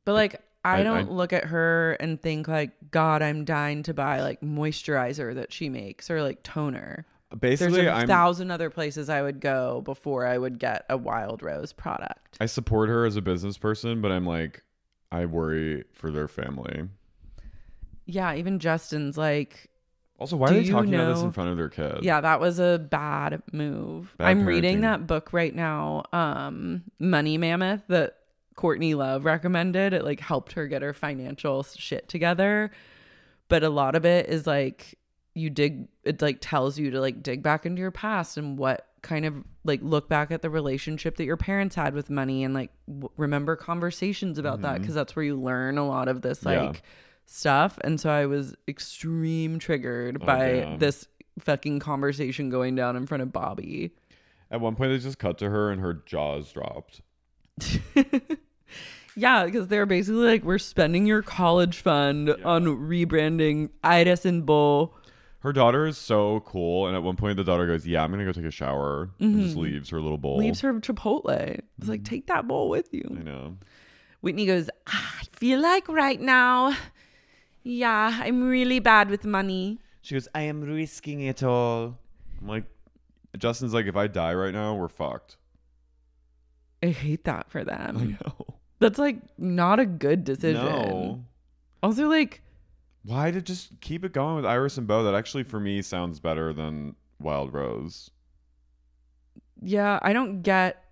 [SPEAKER 5] But like I,
[SPEAKER 6] I-
[SPEAKER 5] don't
[SPEAKER 6] I-
[SPEAKER 5] look at her and think like god I'm dying to buy like moisturizer that she makes or like toner. There's
[SPEAKER 6] Basically,
[SPEAKER 5] a
[SPEAKER 6] I'm,
[SPEAKER 5] thousand other places I would go before I would get a wild rose product.
[SPEAKER 6] I support her as a business person, but I'm like, I worry for their family.
[SPEAKER 5] yeah, even Justin's like
[SPEAKER 6] Also, why
[SPEAKER 5] Do
[SPEAKER 6] are they
[SPEAKER 5] you
[SPEAKER 6] talking about this
[SPEAKER 5] know-
[SPEAKER 6] in front of their kid?
[SPEAKER 5] Yeah, that was a bad move.
[SPEAKER 6] Bad
[SPEAKER 5] I'm
[SPEAKER 6] parenting.
[SPEAKER 5] reading that book right now, um, Money Mammoth, that Courtney Love recommended. It like helped her get her financial shit together. But a lot of it is like you dig it like tells you to like dig back into your past and what kind of like look back at the relationship that your parents had with money and like w- remember conversations about that because that's where you learn a lot of this
[SPEAKER 6] Mm-hmm. Yeah.
[SPEAKER 5] like stuff and so i was extreme triggered
[SPEAKER 6] Oh,
[SPEAKER 5] by
[SPEAKER 6] damn.
[SPEAKER 5] this fucking conversation going down in front of bobby
[SPEAKER 6] At one point, they just cut to her and her jaws dropped.
[SPEAKER 5] yeah because they're basically like we're spending your college fund on rebranding idas and bull
[SPEAKER 6] Her daughter is so cool. And at one point, the daughter goes, Yeah, I'm going to go take a shower. And just leaves her little bowl.
[SPEAKER 5] Mm-hmm. leaves her chipotle it's
[SPEAKER 6] Mm.
[SPEAKER 5] like take that bowl with
[SPEAKER 6] I
[SPEAKER 5] you
[SPEAKER 6] know.
[SPEAKER 5] whitney goes "Ah, i feel like right now yeah i'm really bad with money
[SPEAKER 7] she goes, I am risking it all.
[SPEAKER 6] I'm like, Justin's like, If I die right now, we're fucked.
[SPEAKER 5] i hate that for them
[SPEAKER 6] I know.
[SPEAKER 5] that's like not a good decision
[SPEAKER 6] No.
[SPEAKER 5] also like
[SPEAKER 6] Why did just keep it going with Iris and Bo? That actually, for me, sounds better than Wild Rose.
[SPEAKER 5] yeah, I don't get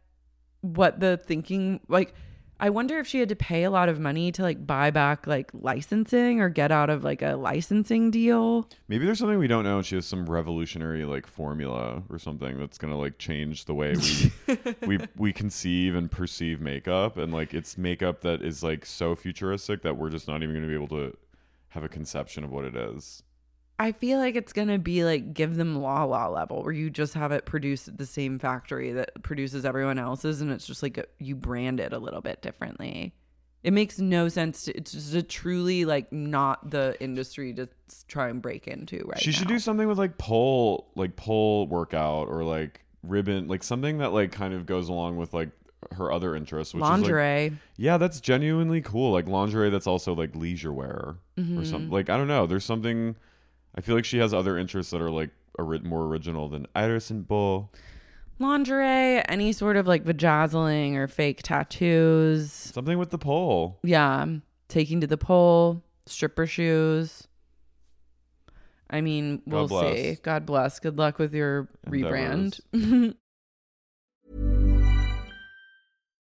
[SPEAKER 5] what the thinking like I wonder if she had to pay a lot of money to like buy back like licensing or get out of like a licensing deal.
[SPEAKER 6] Maybe there's something we don't know. and She has some revolutionary like formula or something that's gonna like change the way we we we conceive and perceive makeup, and like it's makeup that is like so futuristic that we're just not even gonna be able to have a conception of what it is.
[SPEAKER 5] I feel like it's going to be like give them la la level where you just have it produced at the same factory that produces everyone else's and it's just like a, you brand it a little bit differently. It makes no sense. To, it's just a truly like not the industry to s- try and break into right
[SPEAKER 6] she should
[SPEAKER 5] now.
[SPEAKER 6] do something with like pole like pole workout or like ribbon like something that like kind of goes along with like her other interests, which is like
[SPEAKER 5] lingerie.
[SPEAKER 6] Yeah, that's genuinely cool. Like lingerie that's also like leisure wear
[SPEAKER 5] Mm-hmm.
[SPEAKER 6] or something. Like I don't know. There's something I feel like she has other interests that are like ori- more original than Iris and Bull.
[SPEAKER 5] lingerie, any sort of like vajazzling or fake tattoos.
[SPEAKER 6] Something with the pole.
[SPEAKER 5] Yeah, taking to the pole, stripper shoes. I mean, we'll
[SPEAKER 6] bless.
[SPEAKER 5] see. God bless. Good luck with your
[SPEAKER 6] Endeavors.
[SPEAKER 5] rebrand.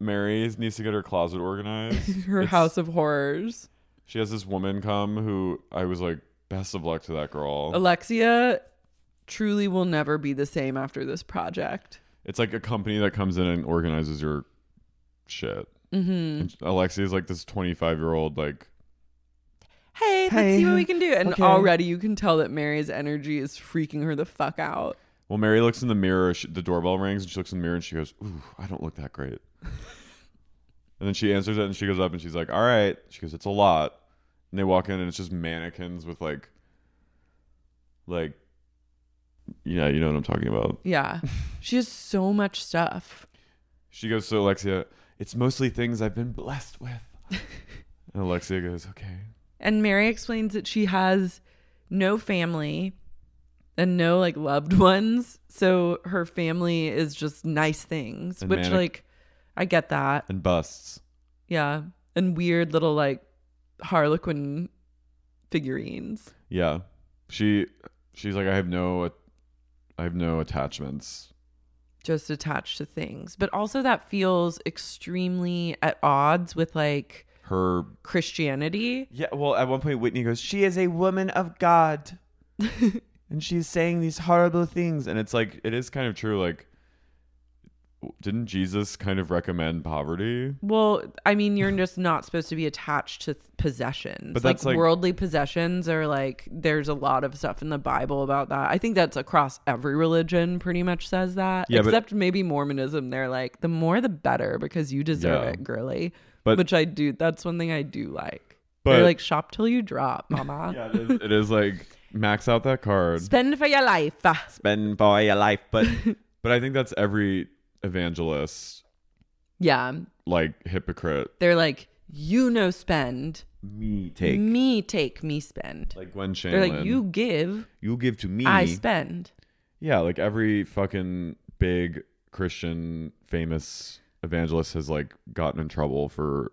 [SPEAKER 6] Mary needs to get her closet organized.
[SPEAKER 5] Her
[SPEAKER 6] It's-
[SPEAKER 5] house of horrors.
[SPEAKER 6] She has this woman come who I was like, best of luck to that girl.
[SPEAKER 5] Alexia truly will never be the same after this project.
[SPEAKER 6] it's like a company that comes in and organizes your shit.
[SPEAKER 5] Mm-hmm.
[SPEAKER 6] And Alexia is like this 25 year old, like,
[SPEAKER 5] Hey, let's
[SPEAKER 7] Hey,
[SPEAKER 5] see what we can do. And
[SPEAKER 7] okay.
[SPEAKER 5] already you can tell that Mary's energy is freaking her the fuck out.
[SPEAKER 6] well, Mary looks in the mirror. She, the doorbell rings and she looks in the mirror and she goes, Ooh, I don't look that great. and then she answers it and she goes up and she's like, All right. She goes, It's a lot. And they walk in and it's just mannequins with like, like, yeah, you know what I'm talking about.
[SPEAKER 5] Yeah. she has so much stuff.
[SPEAKER 6] She goes to Alexia, it's mostly things I've been blessed with. and Alexia goes, okay.
[SPEAKER 5] And Mary explains that she has no family and no like loved ones. So her family is just nice things,
[SPEAKER 6] And
[SPEAKER 5] which
[SPEAKER 6] manic-
[SPEAKER 5] like I get that.
[SPEAKER 6] And busts.
[SPEAKER 5] Yeah. And weird little like harlequin figurines.
[SPEAKER 6] Yeah. She she's like, I have no I have no attachments.
[SPEAKER 5] just attached to things. But also that feels extremely at odds with like
[SPEAKER 6] Her
[SPEAKER 5] Christianity.
[SPEAKER 7] Yeah, well, at one point Whitney goes, "She is a woman of God," and she's saying these horrible things.
[SPEAKER 6] and it's like it is kind of true, like w- didn't Jesus kind of recommend poverty?
[SPEAKER 5] Well, I mean, you're just not supposed to be attached to th- possessions.
[SPEAKER 6] But
[SPEAKER 5] like,
[SPEAKER 6] that's, like-
[SPEAKER 5] worldly possessions are like there's a lot of stuff in the Bible about that. I think that's across every religion pretty much says that.
[SPEAKER 6] Yeah, but-
[SPEAKER 5] Except maybe Mormonism, they're like the more the better because you deserve
[SPEAKER 6] Yeah.
[SPEAKER 5] it, girly.
[SPEAKER 6] But-
[SPEAKER 5] which I do. That's one thing I do like.
[SPEAKER 6] But-
[SPEAKER 5] they're like shop till you drop, mama.
[SPEAKER 6] Yeah, it is, it is like max out that card.
[SPEAKER 5] Spend for your life.
[SPEAKER 7] Spend for your life, but
[SPEAKER 6] But I think that's every evangelist
[SPEAKER 5] Yeah.
[SPEAKER 6] like hypocrite.
[SPEAKER 5] They're like, you no spend.
[SPEAKER 7] me take
[SPEAKER 5] Me take, me spend.
[SPEAKER 6] Like Gwen Shanlon.
[SPEAKER 5] They're like, you give,
[SPEAKER 6] you give to me
[SPEAKER 5] I spend.
[SPEAKER 6] Yeah, like every fucking big Christian famous evangelist has like gotten in trouble for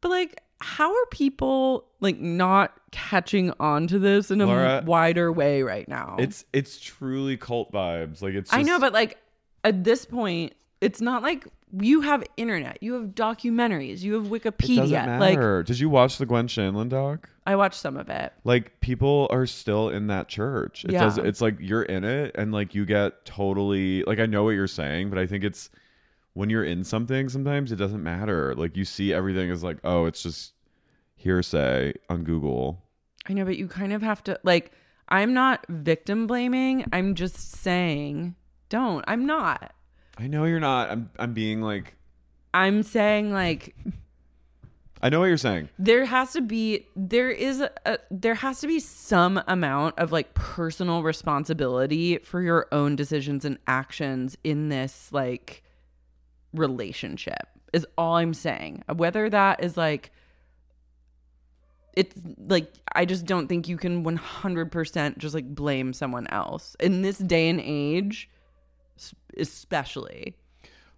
[SPEAKER 5] But like, how are people like not catching on to this in a
[SPEAKER 6] Laura,
[SPEAKER 5] wider way right now?
[SPEAKER 6] it's it's truly cult vibes. Like it's
[SPEAKER 5] I know,
[SPEAKER 6] just-
[SPEAKER 5] but like at this point, it's not like you have internet, you have documentaries, you have
[SPEAKER 6] it doesn't
[SPEAKER 5] Wikipedia. Like
[SPEAKER 6] matter. Did you watch the Gwen Shanlon doc?
[SPEAKER 5] I watched some of it.
[SPEAKER 6] Like people are still in that church. It
[SPEAKER 5] Yeah.
[SPEAKER 6] does it's like you're in it and like you get totally like I know what you're saying, but I think it's when you're in something sometimes it doesn't matter. Like you see everything as like, oh, it's just hearsay on Google.
[SPEAKER 5] I know, but you kind of have to like I'm not victim blaming. I'm just saying don't. I'm not.
[SPEAKER 6] I know you're not. I'm I'm being like
[SPEAKER 5] I'm saying like
[SPEAKER 6] I know what you're saying.
[SPEAKER 5] there has to be there is a, a there has to be some amount of like personal responsibility for your own decisions and actions in this like relationship is all I'm saying. Whether that is like it's like I just don't think you can 100% just like blame someone else in this day and age s- especially.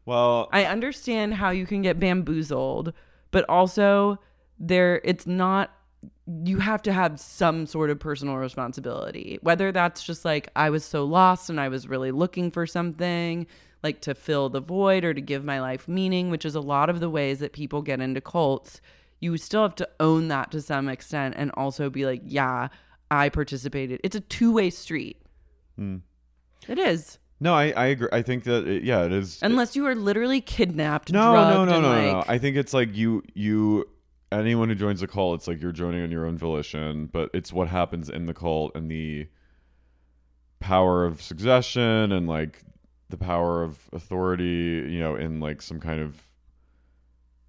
[SPEAKER 6] Well,
[SPEAKER 5] I understand how you can get bamboozled, but also there it's not you have to have some sort of personal responsibility. Whether that's just like I was so lost and I was really looking for something like to fill the void or to give my life meaning, which is a lot of the ways that people get into cults. You still have to own that to some extent and also be like, yeah, I participated. It's a two-way street.
[SPEAKER 6] Hmm.
[SPEAKER 5] It is.
[SPEAKER 6] no, I, I agree. I think that it, yeah, it is.
[SPEAKER 5] Unless you are literally kidnapped,
[SPEAKER 6] no,
[SPEAKER 5] drugged,
[SPEAKER 6] no, no,
[SPEAKER 5] and
[SPEAKER 6] no,
[SPEAKER 5] like,
[SPEAKER 6] no. I think it's like you, you, anyone who joins the cult, it's like you're joining on your own volition, but it's what happens in the cult and the power of succession and like the power of authority, you know, in like some kind of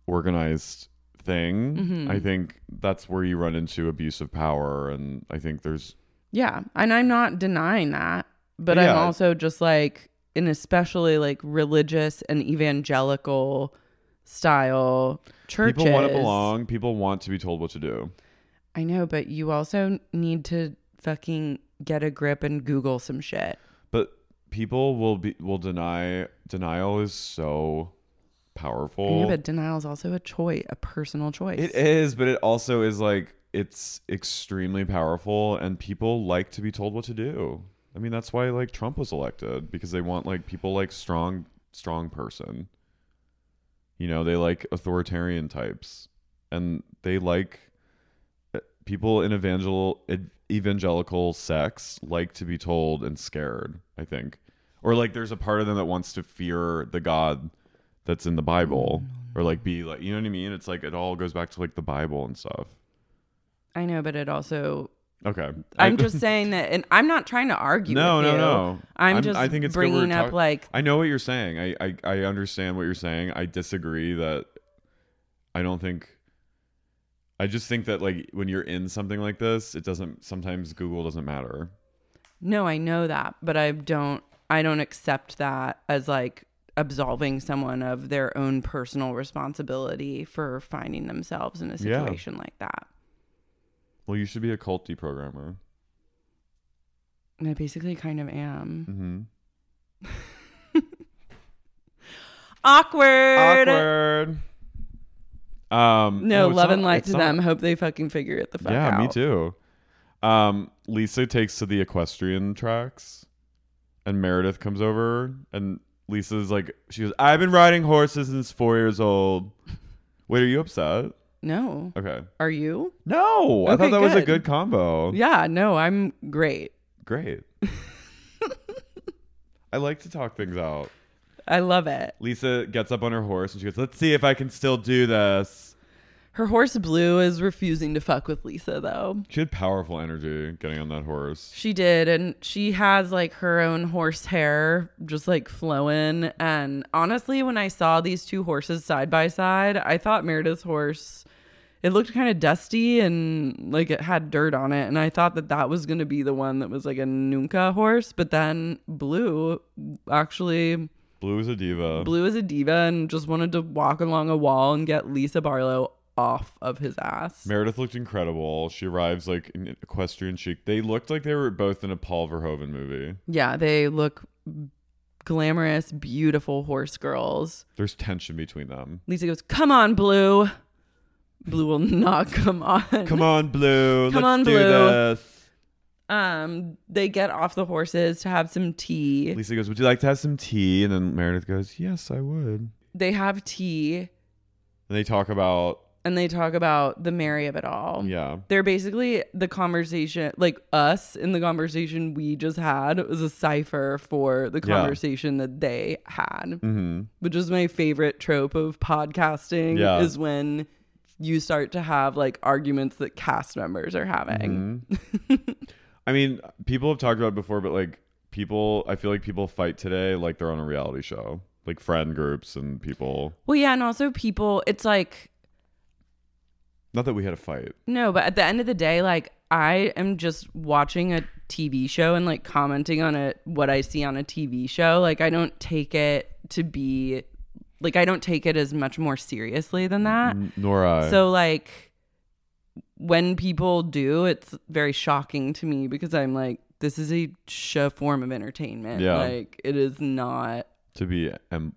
[SPEAKER 6] organized thing.
[SPEAKER 5] Mm-hmm.
[SPEAKER 6] I think that's where you run into abuse of power, and I think there's
[SPEAKER 5] Yeah, and I'm not denying that, but
[SPEAKER 6] Yeah.
[SPEAKER 5] I'm also just like an especially like religious and evangelical style churches.
[SPEAKER 6] people want to belong, people want to be told what to do.
[SPEAKER 5] I know, but you also need to fucking get a grip and Google some shit.
[SPEAKER 6] but people will be will deny denial is so powerful
[SPEAKER 5] yeah, but denial is also a choice, a personal choice.
[SPEAKER 6] it is but it also is like it's extremely powerful and people like to be told what to do i mean that's why like trump was elected because they want like people like strong strong person you You know, they like authoritarian types and they like eh, people in evangel ev- evangelical sects like to be told and scared, I think. Or like there's a part of them that wants to fear the god that's in the Bible or like be like, you know what I mean? It's like it all goes back to like the Bible and stuff.
[SPEAKER 8] I know, but it also
[SPEAKER 6] Okay.
[SPEAKER 5] I'm
[SPEAKER 6] I-
[SPEAKER 5] just saying that, and I'm not trying to argue.
[SPEAKER 6] no,
[SPEAKER 5] with
[SPEAKER 6] no,
[SPEAKER 5] you.
[SPEAKER 6] no.
[SPEAKER 5] I'm, just
[SPEAKER 6] I think it's good we're
[SPEAKER 5] bringing up
[SPEAKER 6] talk-
[SPEAKER 5] like
[SPEAKER 6] I know what you're saying. I, I I understand what you're saying. I disagree that I don't think I just think that like when you're in something like this, it doesn't sometimes Google doesn't matter.
[SPEAKER 5] No, I know that, but I don't I don't accept that as like absolving someone of their own personal responsibility for finding themselves in a
[SPEAKER 6] Yeah.
[SPEAKER 5] situation like that.
[SPEAKER 6] Well, you should be a cult deprogrammer.
[SPEAKER 5] And I basically kind of am.
[SPEAKER 6] Mm-hmm.
[SPEAKER 5] Awkward.
[SPEAKER 6] Awkward. Um,
[SPEAKER 5] No,
[SPEAKER 6] it's
[SPEAKER 5] love
[SPEAKER 6] not-
[SPEAKER 5] and light
[SPEAKER 6] it's
[SPEAKER 5] to
[SPEAKER 6] not-
[SPEAKER 5] them. Hope they fucking figure it the fuck
[SPEAKER 6] Yeah,
[SPEAKER 5] out.
[SPEAKER 6] me too. Um, Lisa takes to the equestrian tracks, and Meredith comes over, and Lisa's like, she goes, "I've been riding horses since four years old." Wait, are you upset?
[SPEAKER 5] No.
[SPEAKER 6] Okay.
[SPEAKER 5] Are you?
[SPEAKER 6] No, I
[SPEAKER 5] Okay,
[SPEAKER 6] thought that was a
[SPEAKER 5] good.
[SPEAKER 6] good combo.
[SPEAKER 5] Yeah, no, I'm great.
[SPEAKER 6] Great. I like to talk things out.
[SPEAKER 5] I love it.
[SPEAKER 6] Lisa gets up on her horse and she goes, "Let's see if I can still do this."
[SPEAKER 5] Her horse Blue is refusing to fuck with Lisa though.
[SPEAKER 6] She had powerful energy getting on that horse.
[SPEAKER 5] She did, and she has like her own horse hair just like flowing. And honestly, when I saw these two horses side by side, I thought Meredith's horse it looked kind of dusty and like it had dirt on it, and I thought that that was gonna be the one that was like a Nunca horse. But then Blue actually
[SPEAKER 6] Blue is a diva.
[SPEAKER 5] Blue is a diva and just wanted to walk along a wall and get Lisa Barlow off of his ass.
[SPEAKER 6] Meredith looked incredible. She arrives like in equestrian chic. They looked like they were both in a Paul Verhoeven movie.
[SPEAKER 5] yeah, they look glamorous, beautiful horse girls.
[SPEAKER 6] There's tension between them.
[SPEAKER 5] Lisa goes, "Come on, Blue." Blue will not come on.
[SPEAKER 6] Come on, Blue.
[SPEAKER 5] Come
[SPEAKER 6] Let's
[SPEAKER 5] on,
[SPEAKER 6] do
[SPEAKER 5] Blue.
[SPEAKER 6] this.
[SPEAKER 5] Um, they get off the horses to have some tea.
[SPEAKER 6] Lisa goes, Would you like to have some tea? And then Meredith goes, Yes, I would.
[SPEAKER 5] They have tea
[SPEAKER 6] And they talk about,
[SPEAKER 5] and they talk about the merry of it all.
[SPEAKER 6] yeah.
[SPEAKER 5] They're basically the conversation, like us in the conversation we just had was a cipher for the
[SPEAKER 6] Yeah.
[SPEAKER 5] conversation that they had,
[SPEAKER 6] hmm
[SPEAKER 5] which is my favorite trope of podcasting
[SPEAKER 6] Yeah.
[SPEAKER 5] is when you start to have like arguments that cast members are
[SPEAKER 6] Mm-hmm.
[SPEAKER 5] having.
[SPEAKER 6] I mean, people have talked about it before, but like people, I feel like people fight today like they're on a reality show, like friend groups and people.
[SPEAKER 5] Well, yeah. And also people, it's like,
[SPEAKER 6] Not that we had a fight.
[SPEAKER 5] No, but at the end of the day, like I am just watching a TV show and like commenting on a what I see on a TV show. Like I don't take it to be like I don't take it as much more seriously than that.
[SPEAKER 6] N- nor I.
[SPEAKER 5] Uh, So like when people do, it's very shocking to me because I'm like, this is a sh- form of entertainment.
[SPEAKER 6] Yeah.
[SPEAKER 5] Like it is not
[SPEAKER 6] to be, um,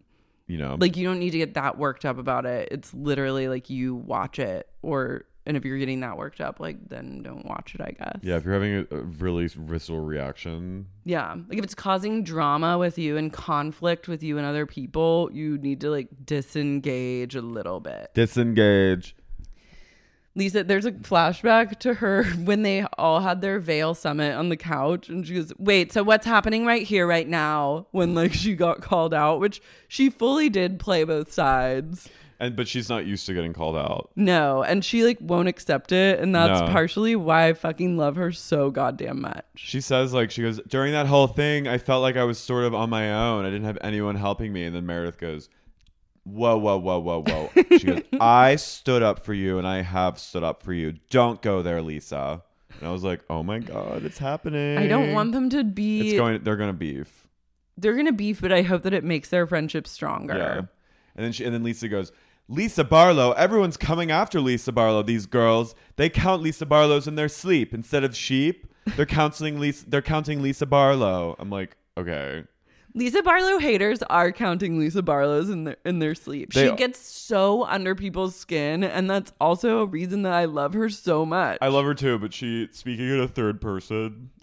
[SPEAKER 6] you know,
[SPEAKER 5] like you don't need to get that worked up about it. It's literally like you watch it or and if you're getting that worked up, like then don't watch it, I guess.
[SPEAKER 6] yeah, if you're having a, a really visceral reaction,
[SPEAKER 5] Yeah. Like if it's causing drama with you and conflict with you and other people, you need to like disengage a little bit.
[SPEAKER 6] disengage.
[SPEAKER 5] Lisa, there's a flashback to her when they all had their veil summit on the couch and she goes, Wait, so what's happening right here, right now? When like she got called out, which she fully did play both sides.
[SPEAKER 6] And but she's not used to getting called out.
[SPEAKER 5] No, and she like won't accept it, and that's
[SPEAKER 6] No.
[SPEAKER 5] partially why I fucking love her so goddamn much.
[SPEAKER 6] She says like she goes during that whole thing, I felt like I was sort of on my own. I didn't have anyone helping me. And then Meredith goes, "Whoa, whoa, whoa, whoa, whoa!" she goes, "I stood up for you, and I have stood up for you. Don't go there, Lisa." And I was like, "Oh my god, it's happening."
[SPEAKER 5] I don't want them to be
[SPEAKER 6] It's going. They're gonna beef.
[SPEAKER 5] they're gonna beef, but I hope that it makes their friendship stronger.
[SPEAKER 6] Yeah. And then she and then Lisa goes. Lisa Barlow, everyone's coming after Lisa Barlow. These girls, they count Lisa Barlow's in their sleep instead of sheep. They're counting Lisa. They're counting Lisa Barlow. I'm like, okay,
[SPEAKER 5] Lisa Barlow haters are counting Lisa Barlow's in their in their sleep.
[SPEAKER 6] They-
[SPEAKER 5] she gets so under people's skin, and that's also a reason that I love her so much.
[SPEAKER 6] I love her too, but she speaking in a third person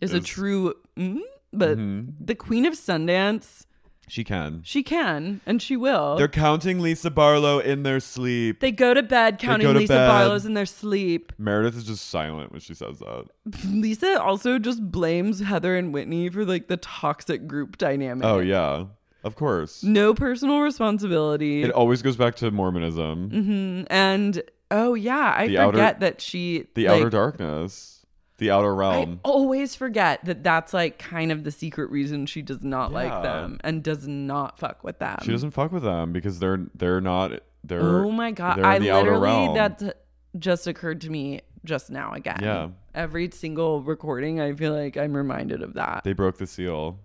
[SPEAKER 5] mm-hmm,
[SPEAKER 6] Mm-hmm.
[SPEAKER 5] is a true, mm, but the Queen of Sundance
[SPEAKER 6] She can.
[SPEAKER 5] She can, and she will.
[SPEAKER 6] They're counting Lisa Barlow in their sleep.
[SPEAKER 5] They go to bed counting
[SPEAKER 6] go to
[SPEAKER 5] Lisa
[SPEAKER 6] bed.
[SPEAKER 5] Barlow's in their sleep.
[SPEAKER 6] Meredith is just silent when she says that.
[SPEAKER 5] Lisa also just blames Heather and Whitney for like the toxic group dynamic.
[SPEAKER 6] Oh yeah, of course.
[SPEAKER 5] No personal responsibility.
[SPEAKER 6] It always goes back to Mormonism,
[SPEAKER 5] Mm-hmm. and oh yeah, I
[SPEAKER 6] The outer-
[SPEAKER 5] forget that she
[SPEAKER 6] the
[SPEAKER 5] like,
[SPEAKER 6] outer darkness, the outer
[SPEAKER 5] I
[SPEAKER 6] realm.
[SPEAKER 5] always forget that that's like kind of the secret reason she does not
[SPEAKER 6] Yeah.
[SPEAKER 5] like them and does not fuck with them.
[SPEAKER 6] she doesn't fuck with them because they're they're not they're.
[SPEAKER 5] Oh my god!
[SPEAKER 6] they're in
[SPEAKER 5] I
[SPEAKER 6] the outer
[SPEAKER 5] literally
[SPEAKER 6] realm.
[SPEAKER 5] that just occurred to me just now again.
[SPEAKER 6] Yeah.
[SPEAKER 5] Every single recording, I feel like I'm reminded of that.
[SPEAKER 6] they broke the seal.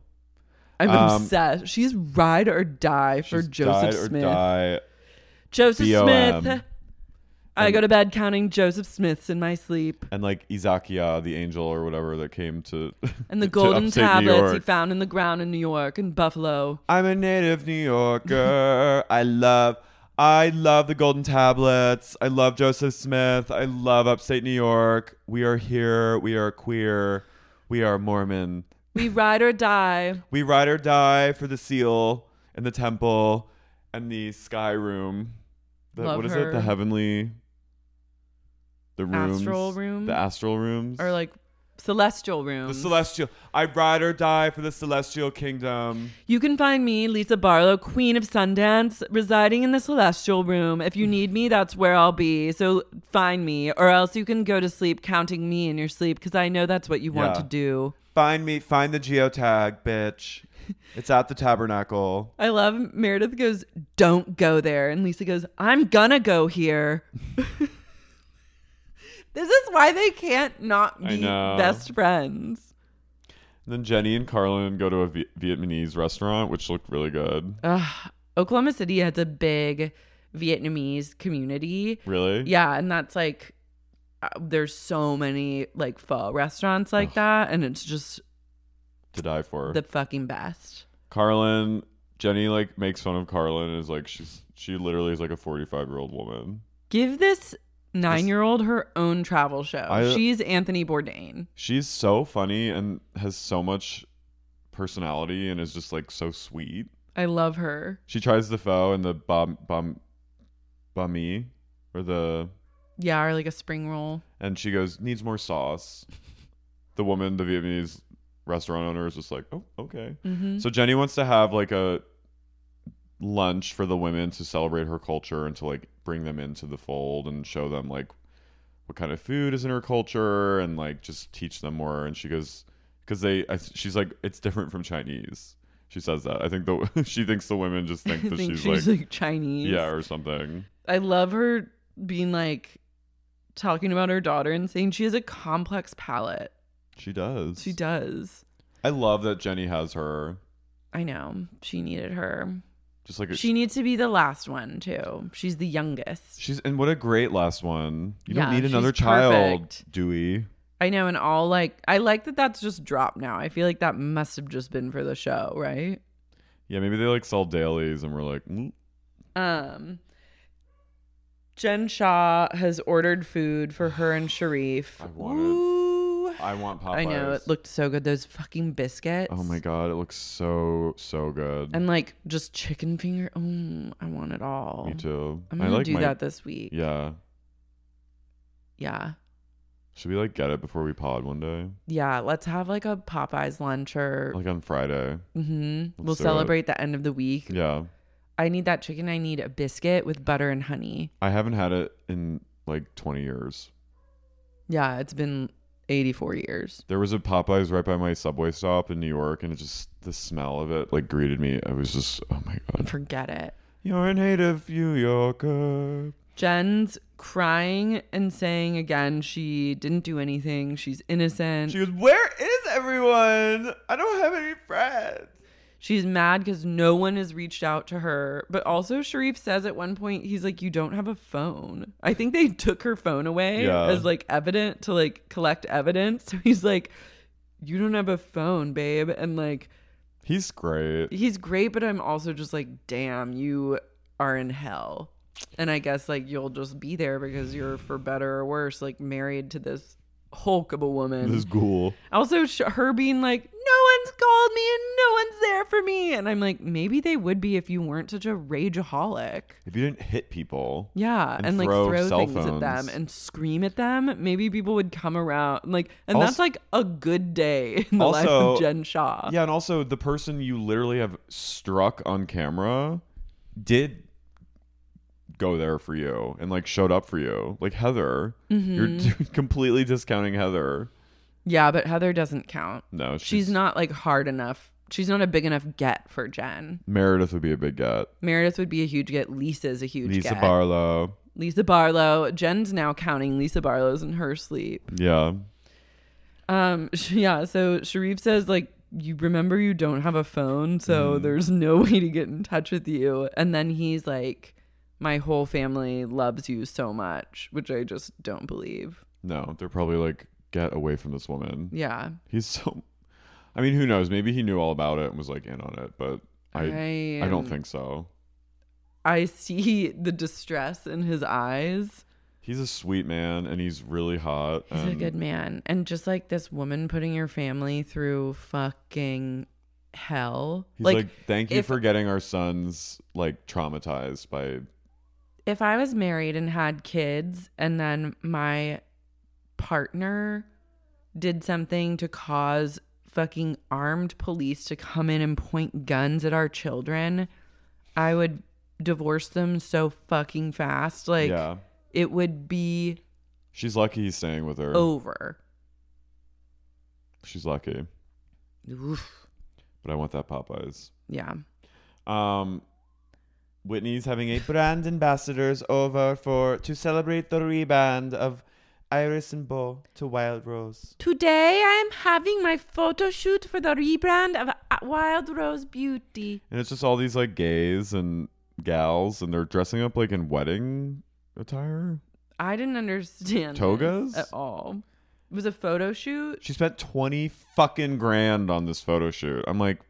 [SPEAKER 5] I'm
[SPEAKER 6] um,
[SPEAKER 5] obsessed. She's ride or die for
[SPEAKER 6] She's
[SPEAKER 5] Joseph
[SPEAKER 6] died or
[SPEAKER 5] Smith.
[SPEAKER 6] die.
[SPEAKER 5] Joseph
[SPEAKER 6] BOM.
[SPEAKER 5] Smith. I go to bed counting Joseph Smiths in my sleep
[SPEAKER 6] And like Izakiah, the angel or whatever that came to
[SPEAKER 5] and the
[SPEAKER 6] to
[SPEAKER 5] golden
[SPEAKER 6] upstate New
[SPEAKER 5] tablets he
[SPEAKER 6] York.
[SPEAKER 5] found in the ground in New York and Buffalo.
[SPEAKER 6] I'm a native New Yorker. I love I love the golden tablets. I love Joseph Smith. I love upstate New York. We are here. We are queer. We are Mormon.
[SPEAKER 5] We ride or die.
[SPEAKER 6] We ride or die for the seal and the temple and the sky room. The,
[SPEAKER 5] Love
[SPEAKER 6] what is
[SPEAKER 5] her.
[SPEAKER 6] it? The heavenly the rooms,
[SPEAKER 5] Astral room?
[SPEAKER 6] The astral rooms.
[SPEAKER 5] Or like celestial
[SPEAKER 6] the
[SPEAKER 5] rooms.
[SPEAKER 6] celestial. I ride or die for the celestial kingdom.
[SPEAKER 5] You can find me, Lisa Barlow, Queen of Sundance, residing in the Celestial Room. If you need me, that's where I'll be. So find me, or else you can go to sleep counting me in your sleep because I know that's what you want to
[SPEAKER 6] Yeah.
[SPEAKER 5] do.
[SPEAKER 6] Find me, find the geotag, bitch. It's at the tabernacle.
[SPEAKER 5] I love Meredith goes, Don't go there. And Lisa goes, I'm gonna go here. this is why they can't not
[SPEAKER 6] I
[SPEAKER 5] be
[SPEAKER 6] know.
[SPEAKER 5] best friends.
[SPEAKER 6] Then Jenny and Carlin go to a v- Vietnamese restaurant, which looked really good.
[SPEAKER 5] Oklahoma City has a big Vietnamese community.
[SPEAKER 6] really?
[SPEAKER 5] Yeah, and that's like uh, there's so many like pho restaurants like that, and it's just
[SPEAKER 6] To die for.
[SPEAKER 5] the fucking best.
[SPEAKER 6] Carlin, Jenny like makes fun of Carlin and is like she's she literally is like a 45 year old woman.
[SPEAKER 5] Give this nine-year-old her own travel show.
[SPEAKER 6] I- uh,
[SPEAKER 5] She's Anthony Bourdain.
[SPEAKER 6] She's so funny and has so much personality and is just like so sweet.
[SPEAKER 5] I love her.
[SPEAKER 6] She tries the pho and the bum bum bummy or the
[SPEAKER 5] Yeah, or like a spring roll.
[SPEAKER 6] and she goes needs more sauce. The woman, the Vietnamese restaurant owner, is just like, oh okay.
[SPEAKER 5] Mm-hmm.
[SPEAKER 6] So Jenny wants to have like a lunch for the women to celebrate her culture and to like bring them into the fold and show them like what kind of food is in her culture and like just teach them more. And she goes because they, I, she's like, it's different from Chinese. She says that. I think the she thinks the women just think
[SPEAKER 5] I
[SPEAKER 6] that
[SPEAKER 5] think
[SPEAKER 6] she's, like,
[SPEAKER 5] Chinese.
[SPEAKER 6] yeah or something.
[SPEAKER 5] I love her being like talking about her daughter and saying she has a complex palate.
[SPEAKER 6] She does.
[SPEAKER 5] She does.
[SPEAKER 6] I love that Jenny has her.
[SPEAKER 5] I know. She needed her.
[SPEAKER 6] Just like a,
[SPEAKER 5] She needs to be the last one too. She's the youngest.
[SPEAKER 6] she's and what a great last one. You
[SPEAKER 5] Yeah,
[SPEAKER 6] don't need
[SPEAKER 5] she's
[SPEAKER 6] another child,
[SPEAKER 5] perfect.
[SPEAKER 6] Dewey.
[SPEAKER 5] I know, and all like I like that that's just dropped now. I feel like that must have just been for the show, right?
[SPEAKER 6] Yeah, maybe they like sell dailies and we're like, mm,
[SPEAKER 5] Um Jen Shaw has ordered food for her and Sharif.
[SPEAKER 6] I wanted-
[SPEAKER 5] Ooh.
[SPEAKER 6] I want Popeyes.
[SPEAKER 5] I know it looked so good. Those fucking biscuits.
[SPEAKER 6] Oh my god, it looks so so good.
[SPEAKER 5] And like just chicken finger. Oh, I want it all.
[SPEAKER 6] me too.
[SPEAKER 5] I'm
[SPEAKER 6] I
[SPEAKER 5] gonna
[SPEAKER 6] like
[SPEAKER 5] do
[SPEAKER 6] my-
[SPEAKER 5] that this week.
[SPEAKER 6] Yeah.
[SPEAKER 5] yeah.
[SPEAKER 6] Should we like get it before we pod one day?
[SPEAKER 5] Yeah, let's have like a Popeyes lunch or
[SPEAKER 6] Like on Friday.
[SPEAKER 5] hmm
[SPEAKER 6] Let's
[SPEAKER 5] we'll
[SPEAKER 6] do it.
[SPEAKER 5] celebrate the end of the week.
[SPEAKER 6] Yeah.
[SPEAKER 5] I need that chicken. I need a biscuit with butter and honey.
[SPEAKER 6] I haven't had it in like 20 years.
[SPEAKER 5] Yeah, it's been 84 years.
[SPEAKER 6] There was a Popeyes right by my subway stop in New York and it just the smell of it like greeted me. I was just oh my god.
[SPEAKER 5] Forget it.
[SPEAKER 6] You're a native New Yorker.
[SPEAKER 5] Jen's crying and saying again she didn't do anything. She's innocent.
[SPEAKER 6] She goes, "Where is everyone? I don't have any friends."
[SPEAKER 5] She's mad because no one has reached out to her. But also, Sharif says at one point, he's like, You don't have a phone. I think they took her phone away
[SPEAKER 6] Yeah.
[SPEAKER 5] as like evident to like collect evidence. So he's like, You don't have a phone, babe. And like,
[SPEAKER 6] He's great.
[SPEAKER 5] he's great, but I'm also just like, Damn, you are in hell. And I guess like you'll just be there because you're, for better or worse, like married to this hulk of a woman.
[SPEAKER 6] This is cool.
[SPEAKER 5] Also, sh- her being like, no hold me and no one's there for me. And I'm like, maybe they would be if you weren't such a rageaholic.
[SPEAKER 6] If you didn't hit people,
[SPEAKER 5] Yeah, and,
[SPEAKER 6] And
[SPEAKER 5] like
[SPEAKER 6] throw
[SPEAKER 5] throw
[SPEAKER 6] cell
[SPEAKER 5] things at them
[SPEAKER 6] phones.
[SPEAKER 5] and scream at them. Maybe people would come around. Like, and that's
[SPEAKER 6] Also-
[SPEAKER 5] like a good day in the life of
[SPEAKER 6] Also-
[SPEAKER 5] Jen Shaw.
[SPEAKER 6] yeah, and also the person you literally have struck on camera did go there for you and like showed up for you, like Heather. You're
[SPEAKER 5] Mm-hmm.
[SPEAKER 6] completely discounting Heather.
[SPEAKER 5] yeah, but Heather doesn't count.
[SPEAKER 6] No,
[SPEAKER 5] She's, not like hard enough. She's not a big enough get for Jen.
[SPEAKER 6] Meredith would be a big get.
[SPEAKER 5] Meredith would be a huge get. Lisa's a huge
[SPEAKER 6] Lisa
[SPEAKER 5] get.
[SPEAKER 6] Barlow.
[SPEAKER 5] Lisa Barlow. Jen's now counting Lisa Barlow's in her sleep.
[SPEAKER 6] Yeah.
[SPEAKER 5] Um, sh- yeah. So Sharif says like you remember you don't have a phone,
[SPEAKER 6] Mm-hmm.
[SPEAKER 5] so there's no way to get in touch with you. And then he's like, my whole family loves you so much, which I just don't believe.
[SPEAKER 6] No, they're probably like, get away from this woman.
[SPEAKER 5] Yeah.
[SPEAKER 6] He's so. I mean, who knows? Maybe he knew all about it and was like in on it, but I, I,
[SPEAKER 5] am-
[SPEAKER 6] don't think so.
[SPEAKER 5] I see the distress in his eyes.
[SPEAKER 6] He's a sweet man and he's really hot.
[SPEAKER 5] He's a
[SPEAKER 6] and
[SPEAKER 5] good man. And just like this woman putting your family through fucking hell.
[SPEAKER 6] He's like, thank you
[SPEAKER 5] if-
[SPEAKER 6] for getting our sons like traumatized by.
[SPEAKER 5] if I was married and had kids and then my partner did something to cause fucking armed police to come in and point guns at our children, I would divorce them so fucking fast. Like
[SPEAKER 6] yeah.
[SPEAKER 5] it would be
[SPEAKER 6] She's lucky he's staying with her.
[SPEAKER 5] Oh. over.
[SPEAKER 6] She's lucky.
[SPEAKER 5] Oof.
[SPEAKER 6] But I want that Popeyes.
[SPEAKER 5] Yeah.
[SPEAKER 6] Um, Whitney's having a.
[SPEAKER 7] Brand ambassadors over for to celebrate the reband of Iris and Bo Oh, to Wild Rose.
[SPEAKER 5] Today I am having my photo shoot for the rebrand of Wild Rose Beauty.
[SPEAKER 6] And it's just all these like gays and gals and they're dressing up like in wedding attire.
[SPEAKER 5] I didn't understand this
[SPEAKER 6] Togas?
[SPEAKER 5] at all. It was a photo shoot.
[SPEAKER 6] She spent 20 fucking grand on this photo shoot. I'm like,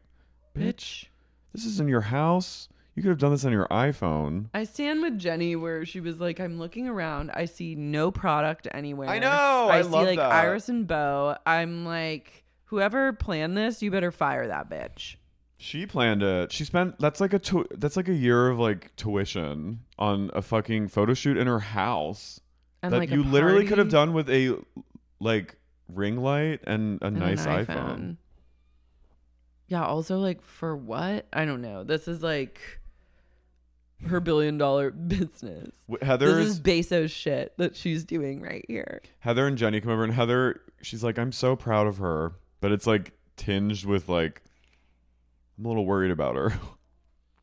[SPEAKER 6] bitch, this is in your house. You could have done this on your iPhone.
[SPEAKER 5] I stand with Jenny where she was like, I'm looking around. I see no product anywhere.
[SPEAKER 7] I know, I
[SPEAKER 5] see
[SPEAKER 7] love
[SPEAKER 5] like
[SPEAKER 7] that.
[SPEAKER 5] Iris and Bo. I'm like, whoever planned this, you better fire that bitch.
[SPEAKER 6] She planned it. She spent that's like a tu- that's like a year of like tuition on a fucking photo shoot in her house
[SPEAKER 5] And
[SPEAKER 6] that
[SPEAKER 5] like a
[SPEAKER 6] you literally
[SPEAKER 5] party
[SPEAKER 6] could have done with a like ring light and a
[SPEAKER 5] and an
[SPEAKER 6] nice iPhone.
[SPEAKER 5] Yeah. Also, like for what? I don't know. This is like her billion dollar business.
[SPEAKER 6] Wh-
[SPEAKER 5] This
[SPEAKER 6] Heather's
[SPEAKER 5] is Bezos shit that she's doing right here.
[SPEAKER 6] Heather and Jenny come over and Heather she's like I'm so proud of her, but it's like tinged with like I'm a little worried about her.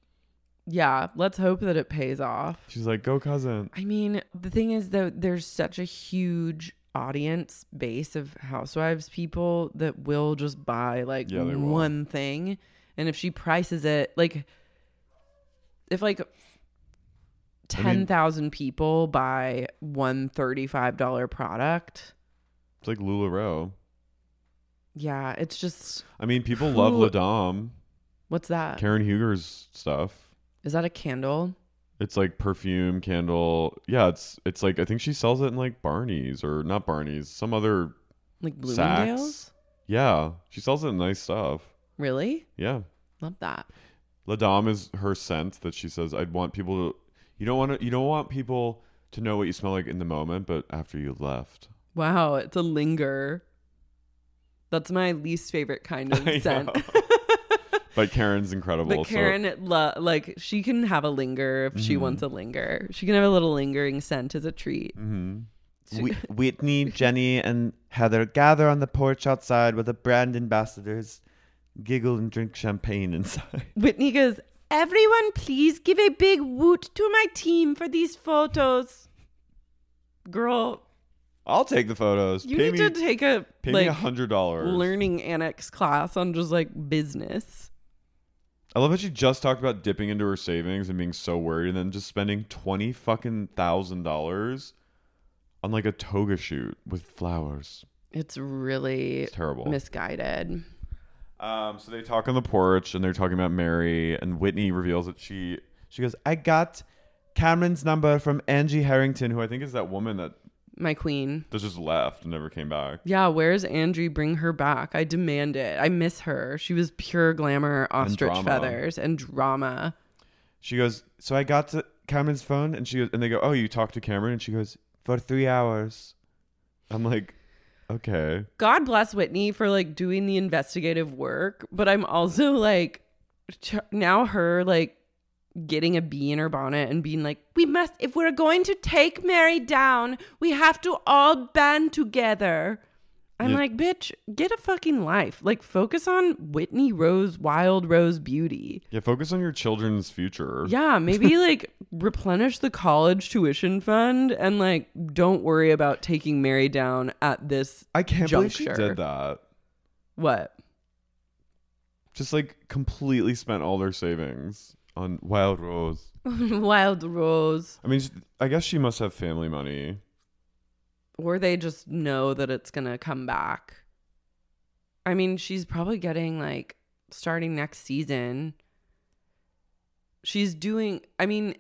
[SPEAKER 5] Yeah. Let's hope that it pays off.
[SPEAKER 6] she's like go cousin.
[SPEAKER 5] I mean, the thing is though, there's such a huge audience base of housewives people that will just buy like
[SPEAKER 6] Yeah, they will.
[SPEAKER 5] one thing, and if she prices it like, if like ten thousand people buy one thirty five dollar product,
[SPEAKER 6] It's like LuLaRoe.
[SPEAKER 5] yeah, it's just
[SPEAKER 6] I mean, people love
[SPEAKER 5] Who- Uh,
[SPEAKER 6] Ladom,
[SPEAKER 5] what's that? Is
[SPEAKER 6] Karen Huger's stuff.
[SPEAKER 5] that a candle?
[SPEAKER 6] It's like perfume, candle. Yeah, it's it's like I think she sells it in like Barney's or not Barney's, some other.
[SPEAKER 5] Like
[SPEAKER 6] Saks?
[SPEAKER 5] Bloomingdale's?
[SPEAKER 6] Yeah, she sells it in nice stuff.
[SPEAKER 5] Really?
[SPEAKER 6] Yeah,
[SPEAKER 5] Love that.
[SPEAKER 6] La Dame is her scent that she says I'd want people to. You don't want to. You don't want people to know what you smell like in the moment, but after you left.
[SPEAKER 5] Wow, it's a linger. That's my least favorite kind
[SPEAKER 6] I
[SPEAKER 5] of scent.
[SPEAKER 6] know. But Karen's incredible.
[SPEAKER 5] But Karen, lo- like, she can have a linger if
[SPEAKER 6] Mm-hmm.
[SPEAKER 5] she wants a linger. She can have a little lingering scent as a treat.
[SPEAKER 6] So, hmm
[SPEAKER 7] Whi- Whitney, Jenny, and Heather gather on the porch outside while the brand ambassadors giggle and drink champagne inside.
[SPEAKER 5] Whitney goes, Everyone, please give a big woot to my team for these photos. Girl,
[SPEAKER 6] I'll take the photos.
[SPEAKER 5] you
[SPEAKER 6] pay
[SPEAKER 5] need to
[SPEAKER 6] me,
[SPEAKER 5] take a
[SPEAKER 6] pay me a
[SPEAKER 5] like
[SPEAKER 6] hundred dollars.
[SPEAKER 5] learning annex class on just like business.
[SPEAKER 6] I love how she just talked about dipping into her savings and being so worried, and then just spending twenty fucking thousand dollars on like a toga shoot with flowers.
[SPEAKER 5] It's really
[SPEAKER 6] It's terrible.
[SPEAKER 5] misguided.
[SPEAKER 6] Um, so they talk on the porch, and they're talking about Mary, and Whitney reveals that she
[SPEAKER 7] She goes, I got Cameron's number from Angie Harrington, who I think is that woman that
[SPEAKER 5] my queen.
[SPEAKER 6] They just left and never came back.
[SPEAKER 5] Yeah, where's Andrew? Bring her back. I demand it. I miss her. She was pure glamour, ostrich
[SPEAKER 6] drama.
[SPEAKER 5] feathers, and drama.
[SPEAKER 7] She goes, so I got to Cameron's phone, and she goes, and they go, oh, you talked to Cameron, and she goes for three hours. I'm like, okay,
[SPEAKER 5] God bless Whitney for like doing the investigative work, but I'm also like ch- now her like getting a bee in her bonnet and being like, "We must if we're going to take Mary down, we have to all band together." I'm
[SPEAKER 6] Yeah.
[SPEAKER 5] like, "Bitch, get a fucking life. Like focus on Whitney Rose Wild Rose Beauty."
[SPEAKER 6] Yeah, focus on your children's future.
[SPEAKER 5] Yeah, maybe like replenish the college tuition fund and like don't worry about taking Mary down at this
[SPEAKER 7] I can't
[SPEAKER 5] juncture.
[SPEAKER 7] believe she did that.
[SPEAKER 5] What?
[SPEAKER 6] Just like completely spent all their savings on Wild Rose.
[SPEAKER 5] Wild Rose.
[SPEAKER 6] I mean, sh- I guess she must have family money.
[SPEAKER 5] Or they just know that it's going to come back. I mean, she's probably getting like starting next season. She's doing, I mean,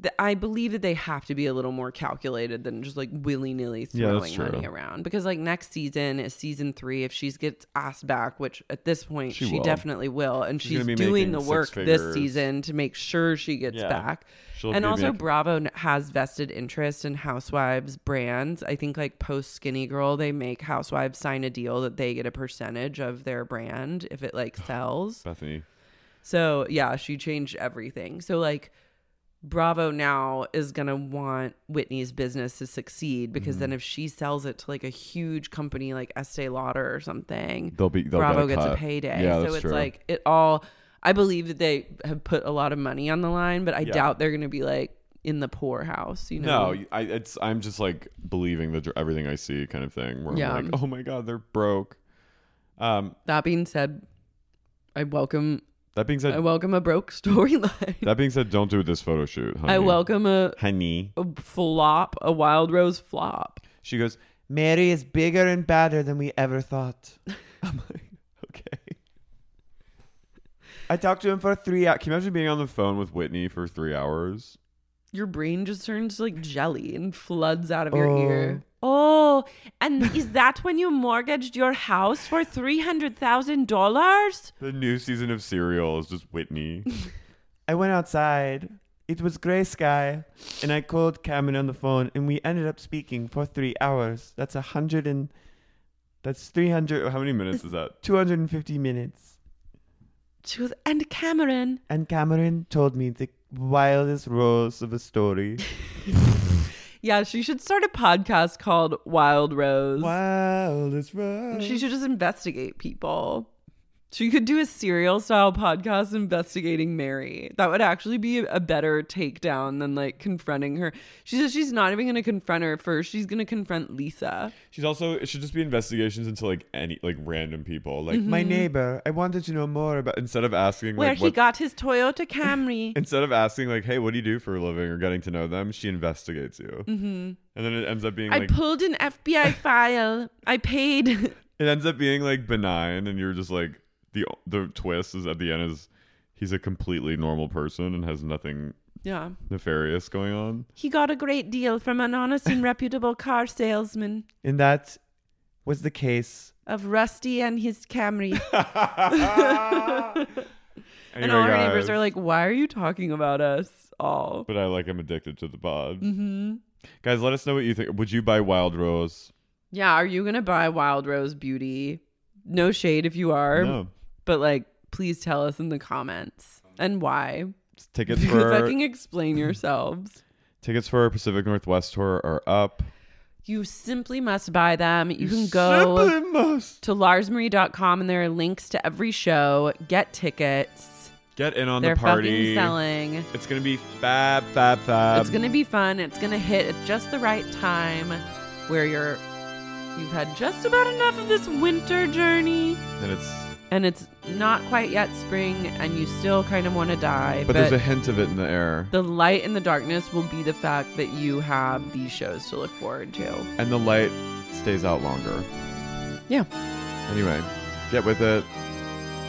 [SPEAKER 5] th- I believe that they have to be a little more calculated than just like willy nilly
[SPEAKER 6] Yeah, that's
[SPEAKER 5] throwing money
[SPEAKER 6] true.
[SPEAKER 5] around. Because like next season is season three. If she gets asked back, which at this point
[SPEAKER 6] She
[SPEAKER 5] she,
[SPEAKER 6] will.
[SPEAKER 5] definitely will, and
[SPEAKER 6] She's
[SPEAKER 5] she's,
[SPEAKER 6] gonna be making
[SPEAKER 5] doing the
[SPEAKER 6] six
[SPEAKER 5] work
[SPEAKER 6] figures.
[SPEAKER 5] this season to make sure she gets
[SPEAKER 6] Yeah.
[SPEAKER 5] back
[SPEAKER 6] She'll
[SPEAKER 5] and
[SPEAKER 6] be
[SPEAKER 5] also
[SPEAKER 6] making-
[SPEAKER 5] Bravo n- has vested interest in Housewives brands. I think like post Skinny Girl, they make Housewives sign a deal that they get a percentage of their brand if it like sells.
[SPEAKER 6] Bethany.
[SPEAKER 5] So yeah, she changed everything. So like Bravo now is gonna want Whitney's business to succeed because then if she sells it to like a huge company like Estee Lauder or something,
[SPEAKER 6] They'll be they'll
[SPEAKER 5] Bravo
[SPEAKER 6] get a
[SPEAKER 5] gets a
[SPEAKER 6] cut.
[SPEAKER 5] payday.
[SPEAKER 6] Yeah,
[SPEAKER 5] so
[SPEAKER 6] that's
[SPEAKER 5] it's
[SPEAKER 6] true.
[SPEAKER 5] like it all. I believe that they have put a lot of money on the line, but I
[SPEAKER 6] Yeah.
[SPEAKER 5] doubt they're going to be like in the poorhouse. You know?
[SPEAKER 6] No, I, it's I'm just like believing the dr- everything I see kind of thing. Where
[SPEAKER 5] Yeah.
[SPEAKER 6] I'm like, oh my god, they're broke. Um,
[SPEAKER 5] That being said, I welcome
[SPEAKER 6] that being
[SPEAKER 5] I
[SPEAKER 6] said,
[SPEAKER 5] welcome a broke storyline.
[SPEAKER 6] that being said, don't do this photo shoot. Honey.
[SPEAKER 5] I welcome a,
[SPEAKER 7] honey.
[SPEAKER 5] a flop, a wild rose flop.
[SPEAKER 7] She goes, Mary is bigger and badder than we ever thought.
[SPEAKER 6] I'm like, okay.
[SPEAKER 7] I talked to him for three hours.
[SPEAKER 6] Can you imagine being on the phone with Whitney for three hours?
[SPEAKER 5] Your brain just turns like jelly and floods out of your
[SPEAKER 7] Oh.
[SPEAKER 5] ear. Oh, and is that when you mortgaged your house for three hundred thousand dollars?
[SPEAKER 6] The new season of Serial is just Whitney.
[SPEAKER 7] I went outside. It was gray sky, and I called Cameron on the phone, and we ended up speaking for three hours. That's a hundred and that's three hundred.
[SPEAKER 6] How many minutes is that?
[SPEAKER 7] 250 minutes.
[SPEAKER 5] She goes, and Cameron.
[SPEAKER 7] And Cameron told me the wildest rose of a story.
[SPEAKER 5] Yeah, she should start a podcast called Wild Rose.
[SPEAKER 7] wildest rose.
[SPEAKER 5] She should just investigate people. She could do a serial style podcast investigating Mary. That would actually be a better takedown than like confronting her. She says she's not even going to confront her first. She's going to confront Lisa.
[SPEAKER 6] She's also it should just be investigations into like any like random people. Like
[SPEAKER 7] My neighbor. I wanted to know more about.
[SPEAKER 6] but instead of asking
[SPEAKER 5] Mm-hmm. Where
[SPEAKER 6] like
[SPEAKER 5] he
[SPEAKER 6] what,
[SPEAKER 5] got his Toyota Camry.
[SPEAKER 6] instead of asking like, hey, what do you do for a living or getting to know them, she investigates you. Mm-hmm. And then it ends up being
[SPEAKER 5] I
[SPEAKER 6] like
[SPEAKER 5] pulled an FBI file. I paid.
[SPEAKER 6] it ends up being like benign and you're just like the the twist is at the end is he's a completely normal person and has nothing
[SPEAKER 5] yeah.
[SPEAKER 6] nefarious going on.
[SPEAKER 5] He got a great deal from an honest and reputable car salesman
[SPEAKER 7] And that was the case.
[SPEAKER 5] of Rusty and his Camry.
[SPEAKER 6] Anyway,
[SPEAKER 5] and all our
[SPEAKER 6] guys,
[SPEAKER 5] neighbors are like, why are you talking about us all?
[SPEAKER 6] But I like I'm addicted to the pod. Mm-hmm. Guys, let us know what you think. Would you buy Wild Rose?
[SPEAKER 5] Yeah, are you going to buy Wild Rose Beauty? No shade if you are,
[SPEAKER 6] no.
[SPEAKER 5] but like, please tell us in the comments and why.
[SPEAKER 6] Tickets for
[SPEAKER 5] Fucking explain yourselves.
[SPEAKER 6] tickets for our Pacific Northwest tour are up.
[SPEAKER 5] You simply must buy them. You can go
[SPEAKER 6] Simply must
[SPEAKER 5] to larsmarie.com and there are links to every show. Get tickets.
[SPEAKER 6] get in on
[SPEAKER 5] They're
[SPEAKER 6] the party.
[SPEAKER 5] fucking selling.
[SPEAKER 6] It's gonna be fab, fab, fab.
[SPEAKER 5] it's going to be fun. It's going to hit at just the right time where you're you've had just about enough of this winter journey.
[SPEAKER 6] and it's
[SPEAKER 5] and it's not quite yet spring and you still kind of want to die
[SPEAKER 6] but,
[SPEAKER 5] but,
[SPEAKER 6] there's a hint of it in the air,
[SPEAKER 5] the light in the darkness will be the fact that you have these shows to look forward to
[SPEAKER 6] and the light stays out longer.
[SPEAKER 5] yeah
[SPEAKER 6] Anyway, get with it.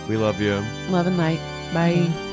[SPEAKER 6] We love you.
[SPEAKER 5] love and light bye